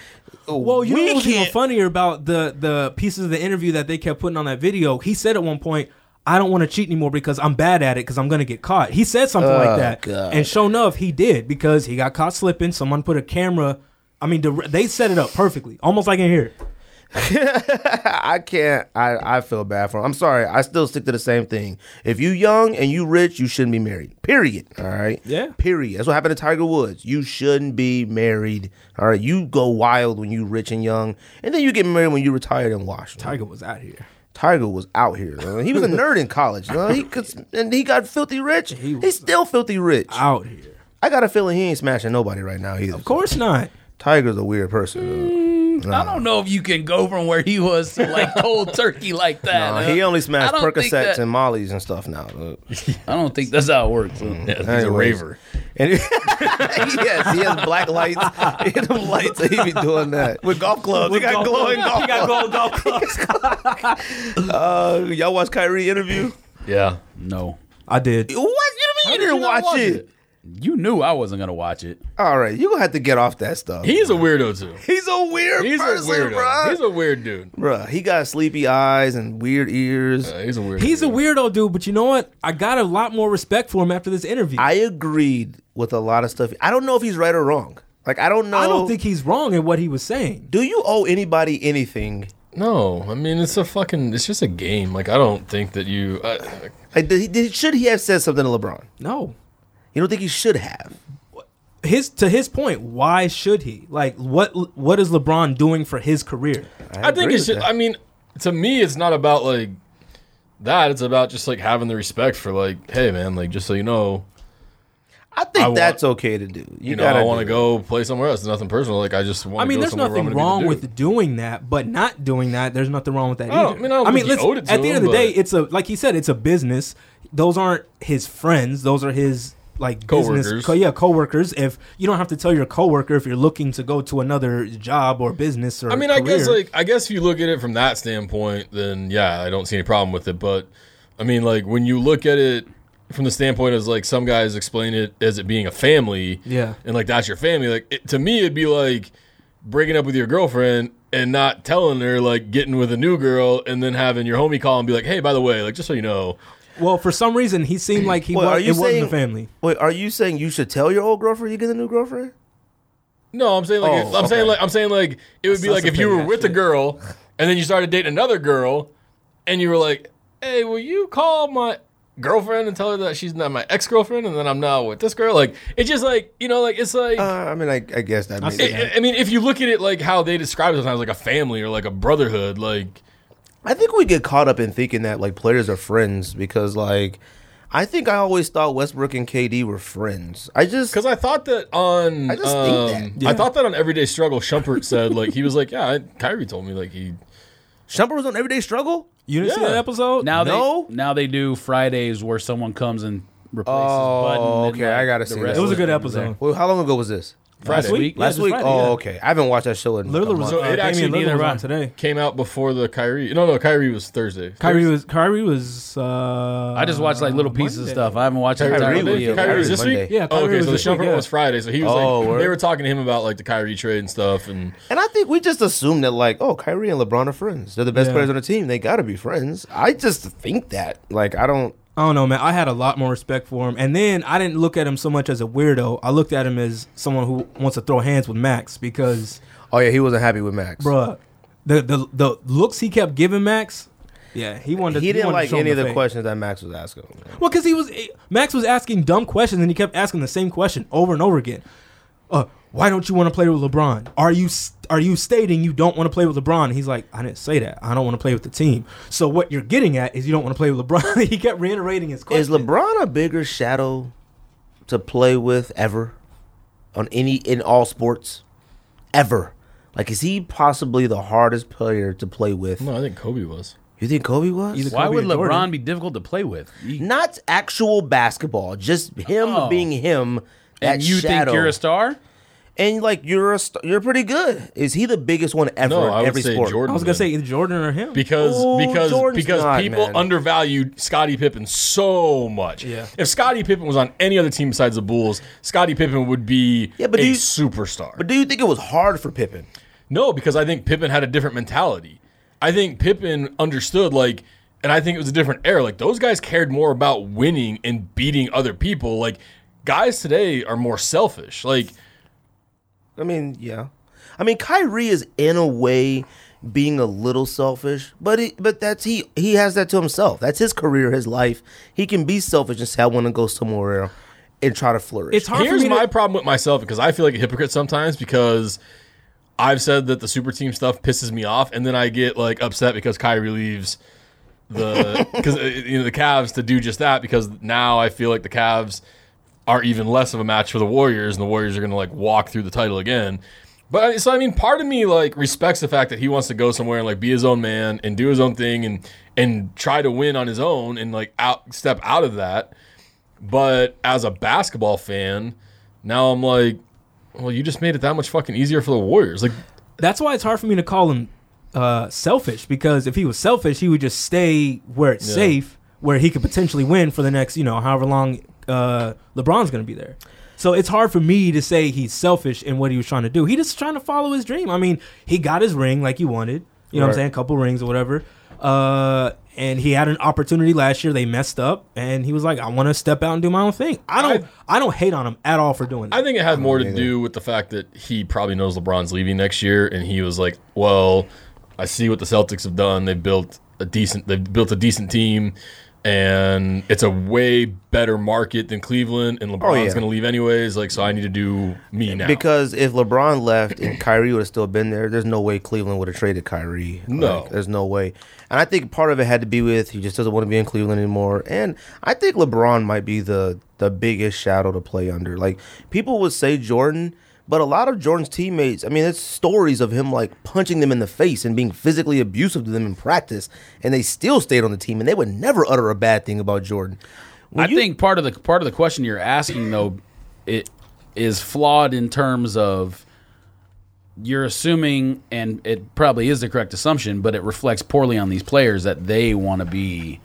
Well, you
we
know what was even
can't.
funnier about the the pieces of the interview that they kept putting on that video? He said at one point, "I don't want to cheat anymore because I'm bad at it because I'm gonna get caught." He said something like
Oh,
that,
God.
and sure enough, he did because he got caught slipping. Someone put a camera. I mean, dire- they set it up perfectly, almost like in here.
I can't. I, I feel bad for him. I'm sorry. I still stick to the same thing. If you young and you rich, you shouldn't be married. Period. All right.
Yeah.
Period. That's what happened to Tiger Woods. You shouldn't be married. All right. You go wild when you rich and young, and then you get married when you retired and washed.
Tiger was out here.
Tiger was out here. though. He was a nerd in college. though. He could, and he got filthy rich. He's still filthy rich.
Out here.
I got a feeling he ain't smashing nobody right now either.
Of course not.
Tiger's a weird
Mm,
person.
I don't know if you can go from where he was to like cold turkey like that.
though. Uh,
huh?
he only
I
smashed
don't think
Percocets
that-
and Molly's and stuff now. though.
I don't think that's how it works. huh?
Yeah, he's a
Anyways.
raver.
And yes, he has black lights. He has them lights. He be doing that with golf clubs. he got glowing golf.
He got glowing golf clubs.
Uh, y'all watch Kyrie interview?
Yeah.
No,
I did.
What? You, mean you
did
didn't
you not
watch,
watch
it?
it?
you knew I wasn't gonna watch it.
All right, you gonna have to get off that stuff.
He's a weirdo too.
He's a weird
He's
person,
a weirdo.
bruh.
He's a weird dude.
Bruh, he got sleepy eyes and weird ears.
Uh, he's a weird.
He's a
dude.
weirdo dude, but you know what? I got a lot more respect for him after this interview.
I agreed with a lot of stuff. I don't know if he's right or wrong. Like I don't know.
I don't think he's wrong in what he was saying.
Do you owe anybody anything?
No, I mean it's a fucking. It's just a game. Like I don't think that you. I,
Like did he, did, should he have said something to LeBron?
No.
You don't think he should have?
His to his point, why should he? Like what what is LeBron doing for his career?
I think
agree
it's
with
just,
that.
I mean, to me, it's not about like that. It's about just like having the respect for like, hey, man, like just so you know,
I think
I want-
that's okay to do. You,
you, know,
gotta
I want to
do it.
go play somewhere else. It's nothing personal. Like I just want.
I mean,
go
there's
somewhere where I'm gonna be
nothing
the
wrong
dude.
with doing that, but not doing that, there's nothing wrong with that
Oh, I don't-
either.
I mean, I don't think he
listen,
owed it to
at the end
him,
of the day,
but-
it's a like he said, it's a business. those aren't his friends. Those are his like
Coworkers.
business. Co- yeah, coworkers. If you don't have to tell your coworker if you're looking to go to another job or business or
I mean, I guess
career.
like I guess if you look at it from that standpoint, then yeah, I don't see any problem with it. But I mean, like when you look at it from the standpoint as like some guys explain it as it being a family,
Yeah.
and like that's your family. Like it, to me, it'd be like breaking up with your girlfriend and not telling her, like getting with a new girl, and then having your homie call and be like, "Hey, by the way, like just so you know,
well, for some reason he seemed like he
Well,
wa-
are you
it wasn't a
saying-
family.
Wait, are you saying you should tell your old girlfriend you get a new girlfriend?
No, I'm saying like
Oh,
I'm saying
okay.
like I'm saying like it would be like
That's the
if you
thing,
were
that
with a
shit.
girl and then you started dating another girl and you were like, "Hey, will you call my girlfriend and tell her that she's not my ex-girlfriend and then I'm now with this girl?" Like it's just like, you know, like it's like
Uh, I mean, I, I guess that makes
I- I, I mean, if you look at it like how they describe it sometimes like a family or like a brotherhood, like
I think we get caught up in thinking that like players are friends because like I think I always thought Westbrook and KD were friends. I just
Because I thought that on, I,
I just think that.
I thought that on Everyday Struggle, Shumpert said like he was like, yeah, I, Kyrie told me like he,
Shumpert was on Everyday Struggle.
You didn't see
Yeah.
that episode?
Now
No?
they now they do Fridays where someone comes and replaces
Oh,
button. and,
okay,
like,
I gotta
the
see
rest
that.
it was a
of
good
them
episode.
Well, how long ago was this?
there. Last
Friday.
week,
Last
just
week.
Friday,
oh,
yeah.
okay. I haven't watched that show in
Lillard
a
was
month.
So
on,
it
uh,
actually
Damian
neither
Lillard was
one.
on today.
came out before the Kyrie. No, no, Kyrie was Thursday.
Kyrie was Kyrie was. Uh,
I just watched like little pieces of stuff. I haven't watched the
Kyrie,
entire
Kyrie
video.
was- Kyrie
was this
Monday.
week.
Yeah, Kyrie
Oh, okay.
was
so the
this week,
Shumpert
yeah.
was Friday, so he was
Oh,
like,
word.
they were talking to him about like the Kyrie trade and stuff, and
And I think we just assume that like, oh, Kyrie and LeBron are friends. They're the best
Yeah.
players on the team. They gotta be friends. I just think that. Like, I don't.
I don't know, man. I had a lot more respect for him. And then I didn't look at him so much as a weirdo. I looked at him as someone who wants to throw hands with Max because,
Oh yeah, he wasn't happy with Max.
bruh, the, the the looks he kept giving Max, yeah, he wanted.
he didn't
wanted to
like
show him
any of the
face.
questions that Max was asking.
Well, because he was eh, Max was asking dumb questions and he kept asking the same question over and over again. Uh, why don't you want to play with LeBron? Are you s- are you stating you don't want to play with LeBron? And he's like, I didn't say that. I don't want to play with the team. So what you're getting at is you don't want to play with LeBron. he kept reiterating his question.
Is LeBron a bigger shadow to play with ever on any in all sports ever? Like, is he possibly the hardest player to play with?
no, I think Kobe was.
You think Kobe was?
Either-
Why
Kobe
would
or
LeBron
Jordan.
be difficult to play with? You-
Not actual basketball, just him
Oh.
being him. That
and you
shadow.
think you're a star?
and like you're a st- you're pretty good. Is he the biggest one ever?
No,
in
I would
every
say
sport?
Jordan.
I was gonna
then.
say either Jordan or him.
because
Ooh,
because
Jordan's
because
not,
people
man.
undervalued Scottie Pippen so much.
Yeah.
If Scottie Pippen was on any other team besides the Bulls, Scottie Pippen would be
Yeah, but
a
do you-
superstar.
But do you think it was hard for Pippen?
No, because I think Pippen had a different mentality. I think Pippen understood like and I think it was a different era. Like those guys cared more about winning and beating other people. Like guys today are more selfish. Like
I mean, yeah. I mean, Kyrie is in a way being a little selfish, but he, but that's he he has that to himself. That's his career, his life. He can be selfish and say, "I want to go somewhere else and try to flourish."
it's hard
here's
for me
my
to,
problem with myself because I feel like a hypocrite sometimes because I've said that the super team stuff pisses me off, and then I get like upset because Kyrie leaves the because you know the Cavs to do just that because now I feel like the Cavs are even less of a match for the Warriors, and the Warriors are going to like walk through the title again. But I- so I mean, part of me like respects the fact that he wants to go somewhere and like be his own man and do his own thing and and try to win on his own and like out step out of that. But as a basketball fan, now I'm like, well, you just made it that much fucking easier for the Warriors. Like,
that's why it's hard for me to call him uh, selfish because if he was selfish, he would just stay where it's
Yeah.
safe, where he could potentially win for the next, you know, however long uh, LeBron's going to be there. So it's hard for me to say he's selfish in what he was trying to do. He just trying to follow his dream. I mean, he got his ring like he wanted. You know what I'm
Right.
saying? A couple rings or whatever. Uh, and he had an opportunity last year. They messed up, and he was like, "I want to step out and do my own thing." I don't, I, don't hate on him at all for doing that.
I think it had more to do with the fact that he probably knows LeBron's leaving next year, and he was like, well, I see what the Celtics have done. They built a decent, they built a decent team, and it's a way better market than Cleveland. And LeBron's
yeah.
going to leave anyways. Like, so I need to do me now.
because if LeBron left and Kyrie would have still been there, there's no way Cleveland would have traded Kyrie.
No.
Like, there's no way. And I think part of it had to be with he just doesn't want to be in Cleveland anymore. And I think LeBron might be the the biggest shadow to play under. Like people would say Jordan, But a lot of Jordan's teammates, I mean, it's stories of him like punching them in the face and being physically abusive to them in practice, and they still stayed on the team, and they would never utter a bad thing about Jordan. When
I
you-
think part of the part of the question you're asking though, it is flawed in terms of you're assuming, and it probably is the correct assumption, but it reflects poorly on these players that they want to be.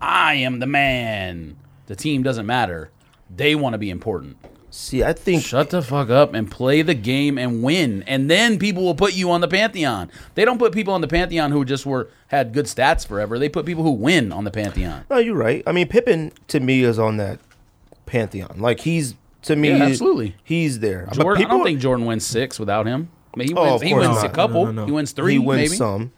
I am the man. The team doesn't matter. They want to be important.
see, I think
Shut the fuck up and play the game and win, and then people will put you on the pantheon. They don't put people on the pantheon who just were had good stats forever. They put people who win on the pantheon.
No, you're right. I mean, Pippen to me is on that pantheon. Like he's to me,
Yeah, absolutely.
he's there. But
Jordan, I
people-
don't think Jordan wins six without him. I mean, he
Oh,
wins,
of
he
course
wins
not.
a couple.
No, no, no.
He wins three,
he wins
maybe.
some.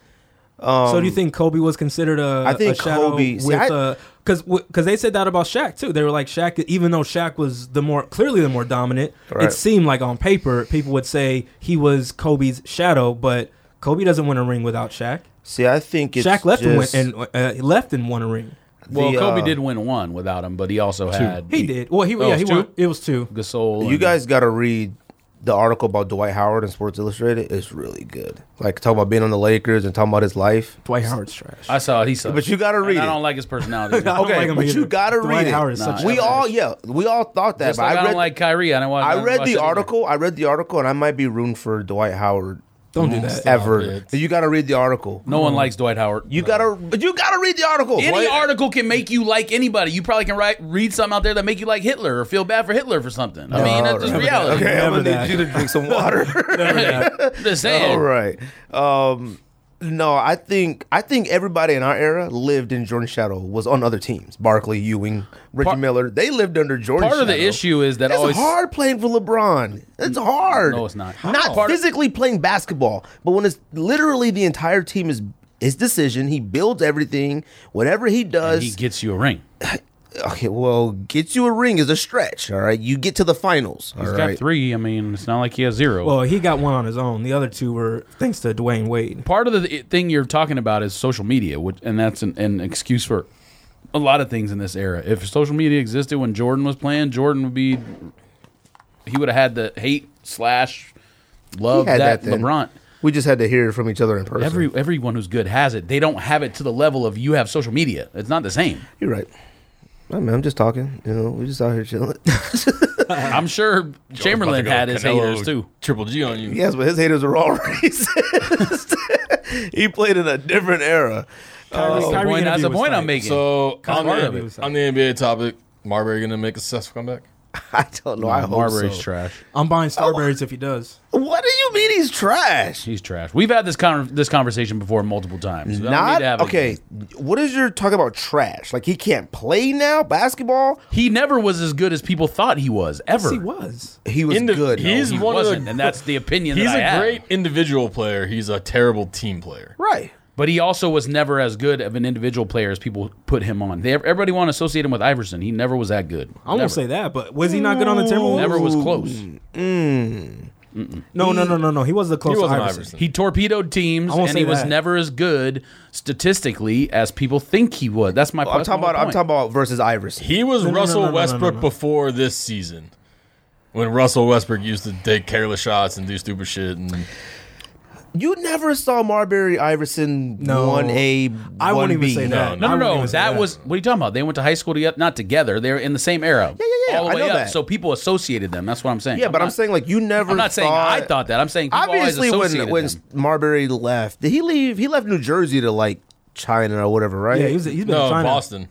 so do you think Kobe was considered a?
Um, I think
a shadow
Kobe- see,
with uh,
I-
because because they said that about Shaq too. They were like Shaq, even though Shaq was the more clearly the more dominant.
Right.
It seemed like on paper people would say he was Kobe's shadow, but Kobe doesn't win a ring without Shaq.
See, I think it's
Shaq left
just,
and, win, and uh, left and won a ring.
Well,
The,
Kobe
uh,
did win one without him, but he also had
He did. Well, he yeah
it's
he
two?
won. Oh, It was two.
Gasol.
You
and-
guys got to read the article about Dwight Howard in Sports Illustrated. It's really good. Like talking about being on the Lakers and talking about his life.
Dwight Howard's trash.
I saw it. He saw
But you gotta read
I
it.
don't like his personality.
I don't
Okay,
him
but you
either.
gotta
Dwight
read it.
Howard is
Nah,
such a
we
that's
all, yeah, we all thought that.
Just
But
like I,
I read,
don't like Kyrie. I don't want.
I read
watch
the
it.
article. I read the article, and I might be rooting for Dwight Howard
Don't do that.
ever.
it.
You got to read the article.
No one likes Dwight Howard.
You gotta, but you gotta read the article.
Any
Dwight-
article can make you like anybody. You probably can write, read something out there that make you like Hitler or feel bad for Hitler for something. I mean, that's just
Alright.
reality.
Okay, I'm
Never
gonna
that.
need you to drink some water.
I'm just saying.
All right. Um, no, I think I think everybody in our era lived in Jordan Shadow was on other teams. Barkley, Ewing, Ricky
Part-
Miller, they lived under Jordan.
Part of the
Shadow.
issue is that
It's
always
hard playing for LeBron. It's hard.
No, it's not.
Not
How? Part-
physically playing basketball, but when it's literally the entire team is his decision. He builds everything. Whatever he does,
he gets you a ring.
okay. Well, get you a ring is a stretch. All right, you get to the finals. All
He's
right.
got three. I mean, it's not like he has zero.
Well, he got one on his own. The other two were thanks to Dwayne Wade.
part of the thing you're talking about is social media, which, and that's an, an excuse for a lot of things in this era. If social media existed when Jordan was playing, Jordan would be he would have had the hate slash love
He had
that,
that then.
LeBron.
We just had to hear it from each other in person.
Every everyone who's good has it. They don't have it to the level of you have social media. It's not the same.
You're right. I mean, I'm just talking. You know, we just out here chilling.
I'm sure Chamberlain
About to go
had his
Canelo
haters too.
Triple G on you.
yes, but his haters are all racist. he played in a different era. Oh,
Kyrie-
That's the
Kyrie
point, that's
interview
the
was
point I'm
tight.
making.
So
Kyle
on the,
Murray
NBA,
was
on the NBA topic, Marbury gonna make a successful comeback?
I don't know. I hope
Marbury's
so.
trash.
I'm buying
Oh,
Starberries if he does.
What do you mean he's trash?
He's trash. We've had this con- this conversation before multiple times. I don't need
Not
to have it again.
okay. What is your talking about trash? Like he can't play now basketball.
He never was as good as people thought he was ever.
Yes, he was.
He was
In the-
good.
he's
though.
He
one of the-
wasn't, and that's the opinion
He's
that I
a
have.
great individual player. He's a terrible team player.
right.
But he also was never as good of an individual player as people put him on. They, everybody want to associate him with Iverson. He never was that good.
I won't
Never.
say that, but was he not good on the Timberwolves?
Never was close.
No, no, no, no, no. He was the
He
close to
wasn't
Iverson.
Iverson.
He torpedoed teams,
I won't
and
say
he was
that.
never as good statistically as people think he would. That's my.
I'm
that's
talking
my
about. I'm
point.
talking about versus Iverson.
He was
no, no,
Russell
no, no, no,
Westbrook
no.
before this season. When Russell Westbrook used to take careless shots and do stupid shit, and
you never saw Marbury Iverson
No.
one A.
I
one
wouldn't even
B.
say that.
No,
I
no,
wouldn't
no.
even
That,
say that.
was what are you talking about? They went to high school together, not together. They were in the same era.
yeah,
Yeah,
yeah.
All the
I
way
know
up.
that.
So people associated them. That's what I'm saying.
Yeah, but I'm
not-
saying like you never.
I'm not saying
thought,
I thought that. I'm saying people always
Obviously, when
associated
when
them.
Marbury left, did he leave? He left New Jersey to like China or whatever, right?
Yeah, he was, he's been
no
in China.
Boston.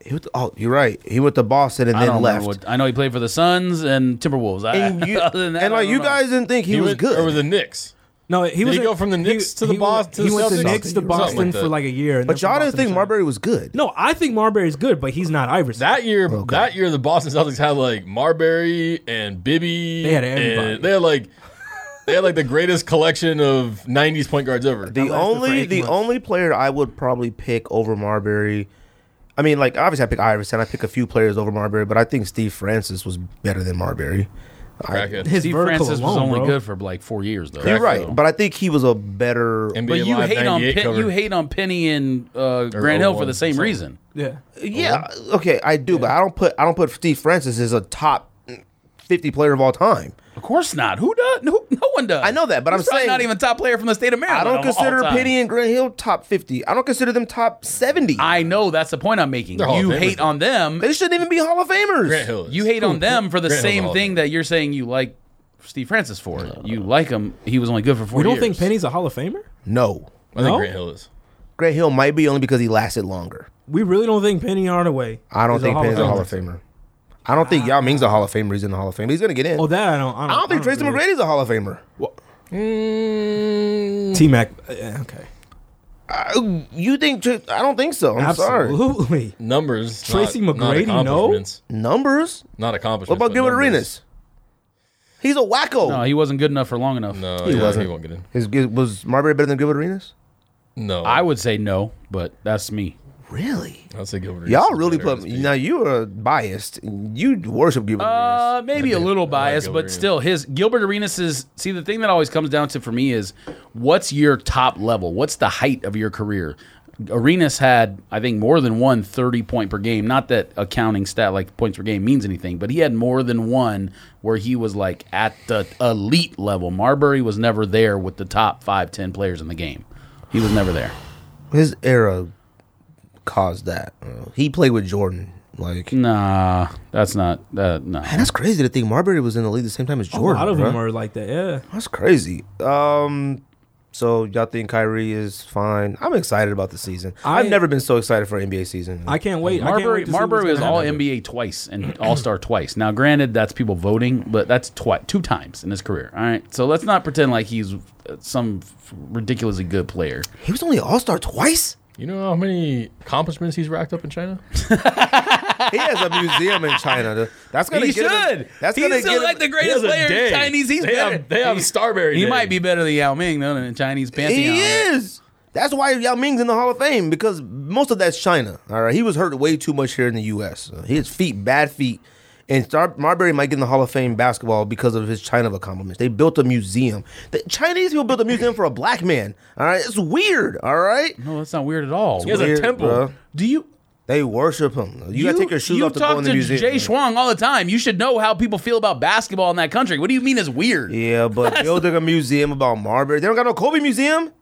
He went to- oh, you're right. He went to Boston and
I
then
don't
left.
left. What, I know he played for the Suns and Timberwolves. I,
and you,
other than that,
and
I
like
don't
you
know.
guys didn't think he, was
went-
good.
Or with the Knicks.
No, he was.
he
in-
go from the Knicks to the
he went-
Bos- to
He
the
went to
Celtics?
Knicks to
Something like
Boston
that.
for like a year. and
but
then from
y'all didn't
Boston
think
to-
Marbury was good.
No, I think Marbury's good, but he's not Iverson.
That year, that year, the Boston Celtics had like Marbury and Bibby.
They had
and
everybody.
They had like they had like the greatest collection of '90s point guards ever.
the
lasted for
only
eight
the
months.
only player I would probably pick over Marbury. I mean, like obviously I pick Iverson. I pick a few players over Marbury, but I think Steve Francis was better than Marbury.
Crackhead.
his
Steve
vertical
Francis was
alone,
only
bro.
good for like four years, though.
You're right,
So-
but I think he was a better.
NBA
But you
Live
hate on
98
Pen-
cover.
you hate on Penny and uh, Grant Hill for
01,
the same
so.
reason.
Yeah,
Yeah, okay, I do, but I don't put I don't put Steve Francis as a top 50 player of all time.
Of course not. Who does? Who, no one does.
I know that, but
He's
I'm
probably
saying-
not even top player from the state of Maryland.
I don't
of all
consider
time.
Penny and Grant Hill top 50. I don't consider them top 70.
I know that's the point I'm making.
They're Hall of
You
Famers,
hate
though.
on them.
they shouldn't even be Hall of Famers.
Grant Hill. is-
You hate on them for the
Grant Hill's a Hall
same
of
thing
Famer.
that you're saying you like Steve Francis for. You like him. He was only good for four
We don't
years.
think Penny's a Hall of Famer.
No.
I think
No?
Grant Hill is.
Grant Hill might be only because he lasted longer.
We really don't think Penny Hardaway.
I don't
is
think Penny's a Hall of
Famer.
Famer. I don't think Yao Ming's a Hall of Famer. He's in the Hall of Fame. He's going to get in.
Oh, that I don't. I don't,
I don't think Tracy
really-
McGrady's a Hall of Famer.
T Mac. uh, Okay.
I- Uh, you think? Tra- I don't think so. I'm sorry.
Absolutely.
Numbers.
Tracy
not,
McGrady, no?
Not accomplishments.
Numbers?
Not accomplishments
What about
but
Gilbert
numbers.
Arenas? He's a wacko.
No, he wasn't good enough for long enough.
No,
He
yeah,
wasn't.
He won't get in.
His, was Marbury better than Gilbert Arenas?
No,
I would say no, but that's me.
Really?
I'd say Gilbert. Arenas
Y'all
is
really
better
put
at his
now. You are biased. You worship Gilbert Arenas.
Uh, maybe a little biased,
Gilbert
but
Arenas.
still, his Gilbert Arenas is. See, the thing that always comes down to for me is what's your top level? What's the height of your career? Arenas had, I think, more than one 30 point per game. Not that a counting stat like points per game means anything, but he had more than one where he was like at the elite level. Marbury was never there with the top five, 10 players in the game. He was never there.
His era caused that. Uh, He played with Jordan. Like,
Mm.
and
Nah, that's not. Uh, no.
that's crazy to think Marbury was in the league the same time as
A
Jordan.
lot of
bruh.
them are like that. Yeah.
That's crazy. Um, so y'all think Kyrie is fine? I'm excited about the season. I,
I-
have never been so excited for an NBA season.
I can't wait. I can't wait
Marbury,
to see
Marbury
what's
was
gonna
all
happen.
NBA twice and All Star twice. Now, granted, that's people voting, but that's twi- two times in his career. All right, so let's not pretend like he's uh, some f- ridiculously good player.
he was only All Star twice.
You know how many accomplishments he's racked up in China?
He has a museum in China. That's gonna get him. That's gonna get him.
He has a day. they Have, they have Starberry.
he
Day.
might be better than Yao Ming though, in Chinese pantheon.
he is. That's why Yao Ming's in the Hall of Fame because most of that's China. All right, he was hurt way too much here in the U.S. Uh, His feet, bad feet, and Star- Marbury might get in the Hall of Fame basketball because of his China accomplishments. They built a museum. The Chinese people built a museum for a black man. All right, it's weird. All right,
No, that's not weird at all.
He has a
Weird,
temple.
bruh.
Do you?
They worship him. You, gotta take your shoes
you
off to
talk
go in the
to
museum.
Jay Schwang all the time. You should know how people feel about basketball in that country. What do you mean is weird?
yeah, but building a museum about Marbury. They don't got no Kobe museum.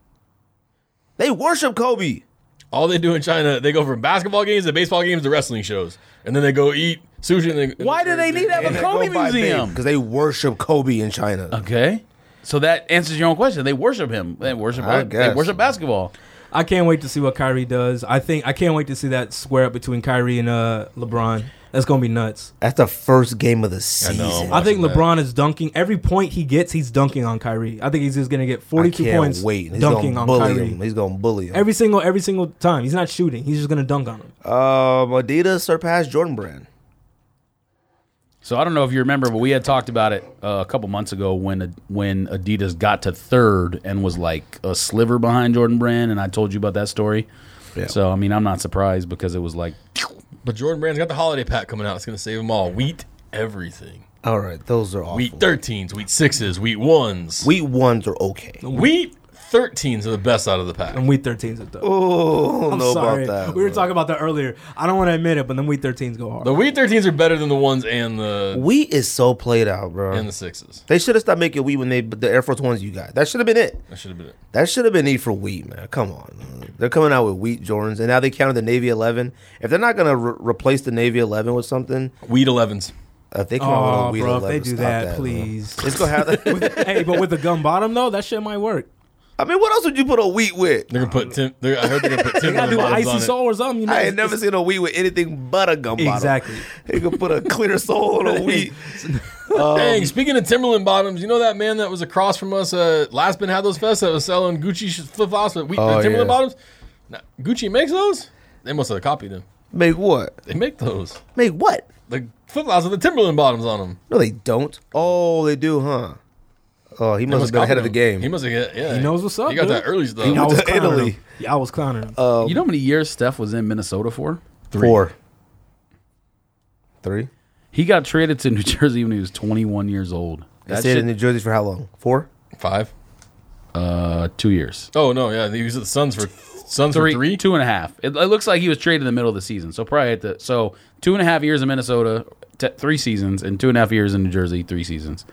They worship Kobe.
All they do in China, they go from basketball games to baseball games to wrestling shows, and then they go eat sushi. And they,
Why do they need to have a Kobe museum?
Because they worship Kobe in China.
Okay. So that answers your own question. They worship him. They worship.
I
They
guess.
worship basketball.
I can't wait to see what Kyrie does. I think I can't wait to see that square up between Kyrie and uh, LeBron. That's gonna be nuts.
That's the first game of the
I
season.
know. I'm
I think
watching that.
LeBron is dunking every point he gets. He's dunking on Kyrie. I think he's just gonna get
I
42
can't
points
wait. He's
dunking
gonna
on
bully
Kyrie.
him. He's gonna bully him.
Every single every single time. He's not shooting. He's just gonna dunk on him.
um, Adidas surpassed Jordan Brand.
So I don't know if you remember, but we had talked about it uh, a couple months ago when when Adidas got to third and was like a sliver behind Jordan Brand, and I told you about that story.
Yeah.
So I mean, I'm not surprised because it was like
But Jordan Brand's got the holiday pack coming out. It's gonna save them all. Wheat everything.
All right, those are awful.
Wheat thirteens, wheat sixes, wheat ones.
Wheat ones are okay.
Wheat thirteens are the best out of the pack.
And week 13's it though.
Oh,
I'm
know
sorry.
about that.
we were
bro.
talking about that earlier. I don't want to admit it, but then week 13's go hard.
The wheat thirteens are better than the ones and the
Wheat is so played out, bro.
and the sixes.
They should have stopped making wheat when they the Air Force Ones you got. That should have been it.
That should have been it.
That should have been it for wheat, man. Come on, they're coming out with wheat Jordans, and now they counted the Navy Eleven. If they're not gonna re- replace the Navy Eleven with something,
Wheat elevens.
if they come out with a
Oh,
wheat
bro, if
Eleven,
they do
stop
that,
man.
please.
It's gonna have.
hey, but with the gum bottom though, that shit might work.
I mean, what else would you put a wheat with?
They're gonna put Tim. They're, I heard they're gonna put Tim
Um, Gotta do the
bottoms
icy
on it.
soul or something. You know,
I ain't
it's-
never seen a wheat with anything but a gum bottom.
Exactly.
They could put a clear sole on a wheat. Um,
Dang, speaking of Timberland bottoms, you know that man that was across from us uh, last been had those fest that was selling Gucci flip flops with wheat
Oh,
uh, Timberland
yeah.
bottoms. Now, Gucci makes those. They must have copied them.
Make what?
They make those.
Make what?
The flip flops with the Timberland bottoms on them.
No, they don't. Oh, they do, huh? Oh, he must have been ahead of the game.
He must have. got- Yeah,
He knows what's up,
He got
dude.
that early stuff.
I was
to
clowning
Uh, Italy. Uh,
him. Yeah, I was clowning him.
Um,
you know how many years Steph was in Minnesota for.
Four. Three?
He got traded to New Jersey when he was 21 years old.
They
That
stayed
shit-
in New Jersey for how long? Four?
Five.
uh, two years.
Oh no, yeah, he was at the Suns for Suns
Three,
for three.
two and a half. It, it looks like he was traded in the middle of the season. So probably at the so two and a half years in Minnesota, t- three seasons and two and a half years in New Jersey, three seasons.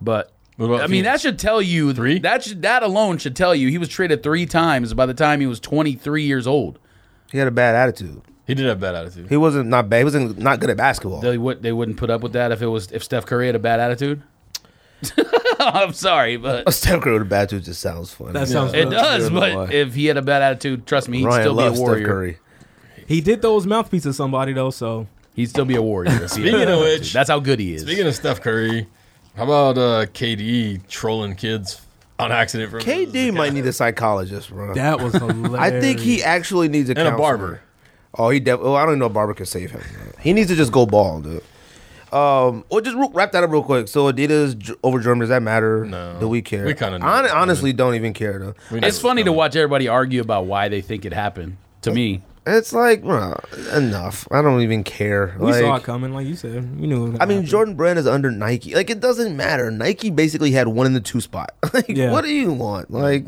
But
What about
I mean, that
Phoenix?
should tell you
Three?
That should, that alone should tell you he was traded three times by the time he was 23 years old.
He had a bad attitude.
He did have bad attitude.
He wasn't not bad. He wasn't not good at basketball.
They would they wouldn't put up with that if it was if Steph Curry had a bad attitude. I'm sorry, but
Steph Curry with a bad attitude just sounds funny.
That sounds
it does.
You're
But
the
if he had a bad attitude, trust me, he'd
Ryan
still be a
loves Steph
warrior.
Curry.
He did those mouthpiece to somebody though, so
He'd still be a warrior. if he had a
Speaking of
bad attitude.
which-
that's how good he is.
Speaking of Steph Curry, how about uh, KD trolling kids on accident from
KD might need a psychologist, bro.
that was hilarious.
I think he actually needs a
and a
counselor.
barber.
Oh, he. Def- oh, I don't even know if Barber can save him. man. He needs to just go bald, dude. Um, or just re- wrap that up real quick. So Adidas j- over German, does that matter?
No.
Do we care?
We kinda know
Hon-
it's coming.
honestly don't even care though.
We know
it's funny to
coming.
watch everybody argue about why they think it happened. To me,
It's like bro, enough. I don't even care.
we saw
Like,
it coming, like you said. We knew. It was
I mean,
gonna
Jordan Brand is under Nike. Like it doesn't matter. Nike basically had one in the two spot. like,
Yeah.
what do you want? Like,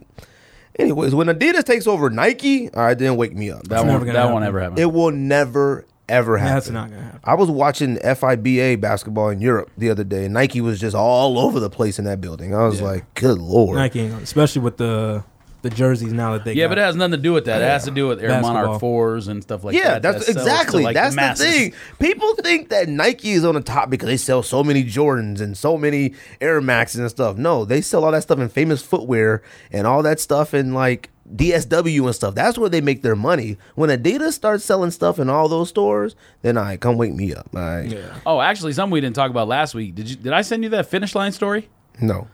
anyways, when Adidas takes over Nike, all right, then wake me up.
that
never
won't
gonna
that won't
happen.
ever happen.
It will never ever happen.
happen. that's not gonna happen.
I was watching FIBA basketball in Europe the other day. and Nike was just all over the place in that building. I was like, good lord.
Nike, ain't gonna- especially with the the jerseys now that they
yeah,
got.
but it has nothing to do with that. It has to do with Air
Basketball.
Monarch fours and stuff like
yeah,
that.
that's
that sells to,
exactly.
like,
that's the,
masses.
thing. People think that Nike is on the top because they sell so many Jordans and so many Air Maxes and stuff. No, they sell all that stuff in famous footwear and all that stuff in like DSW and stuff. That's where they make their money. When Adidas starts selling stuff in all those stores, then I come wake me up. All right.
Oh, actually, something we didn't talk about last week. Did you? Did I send you that finish line story?
No.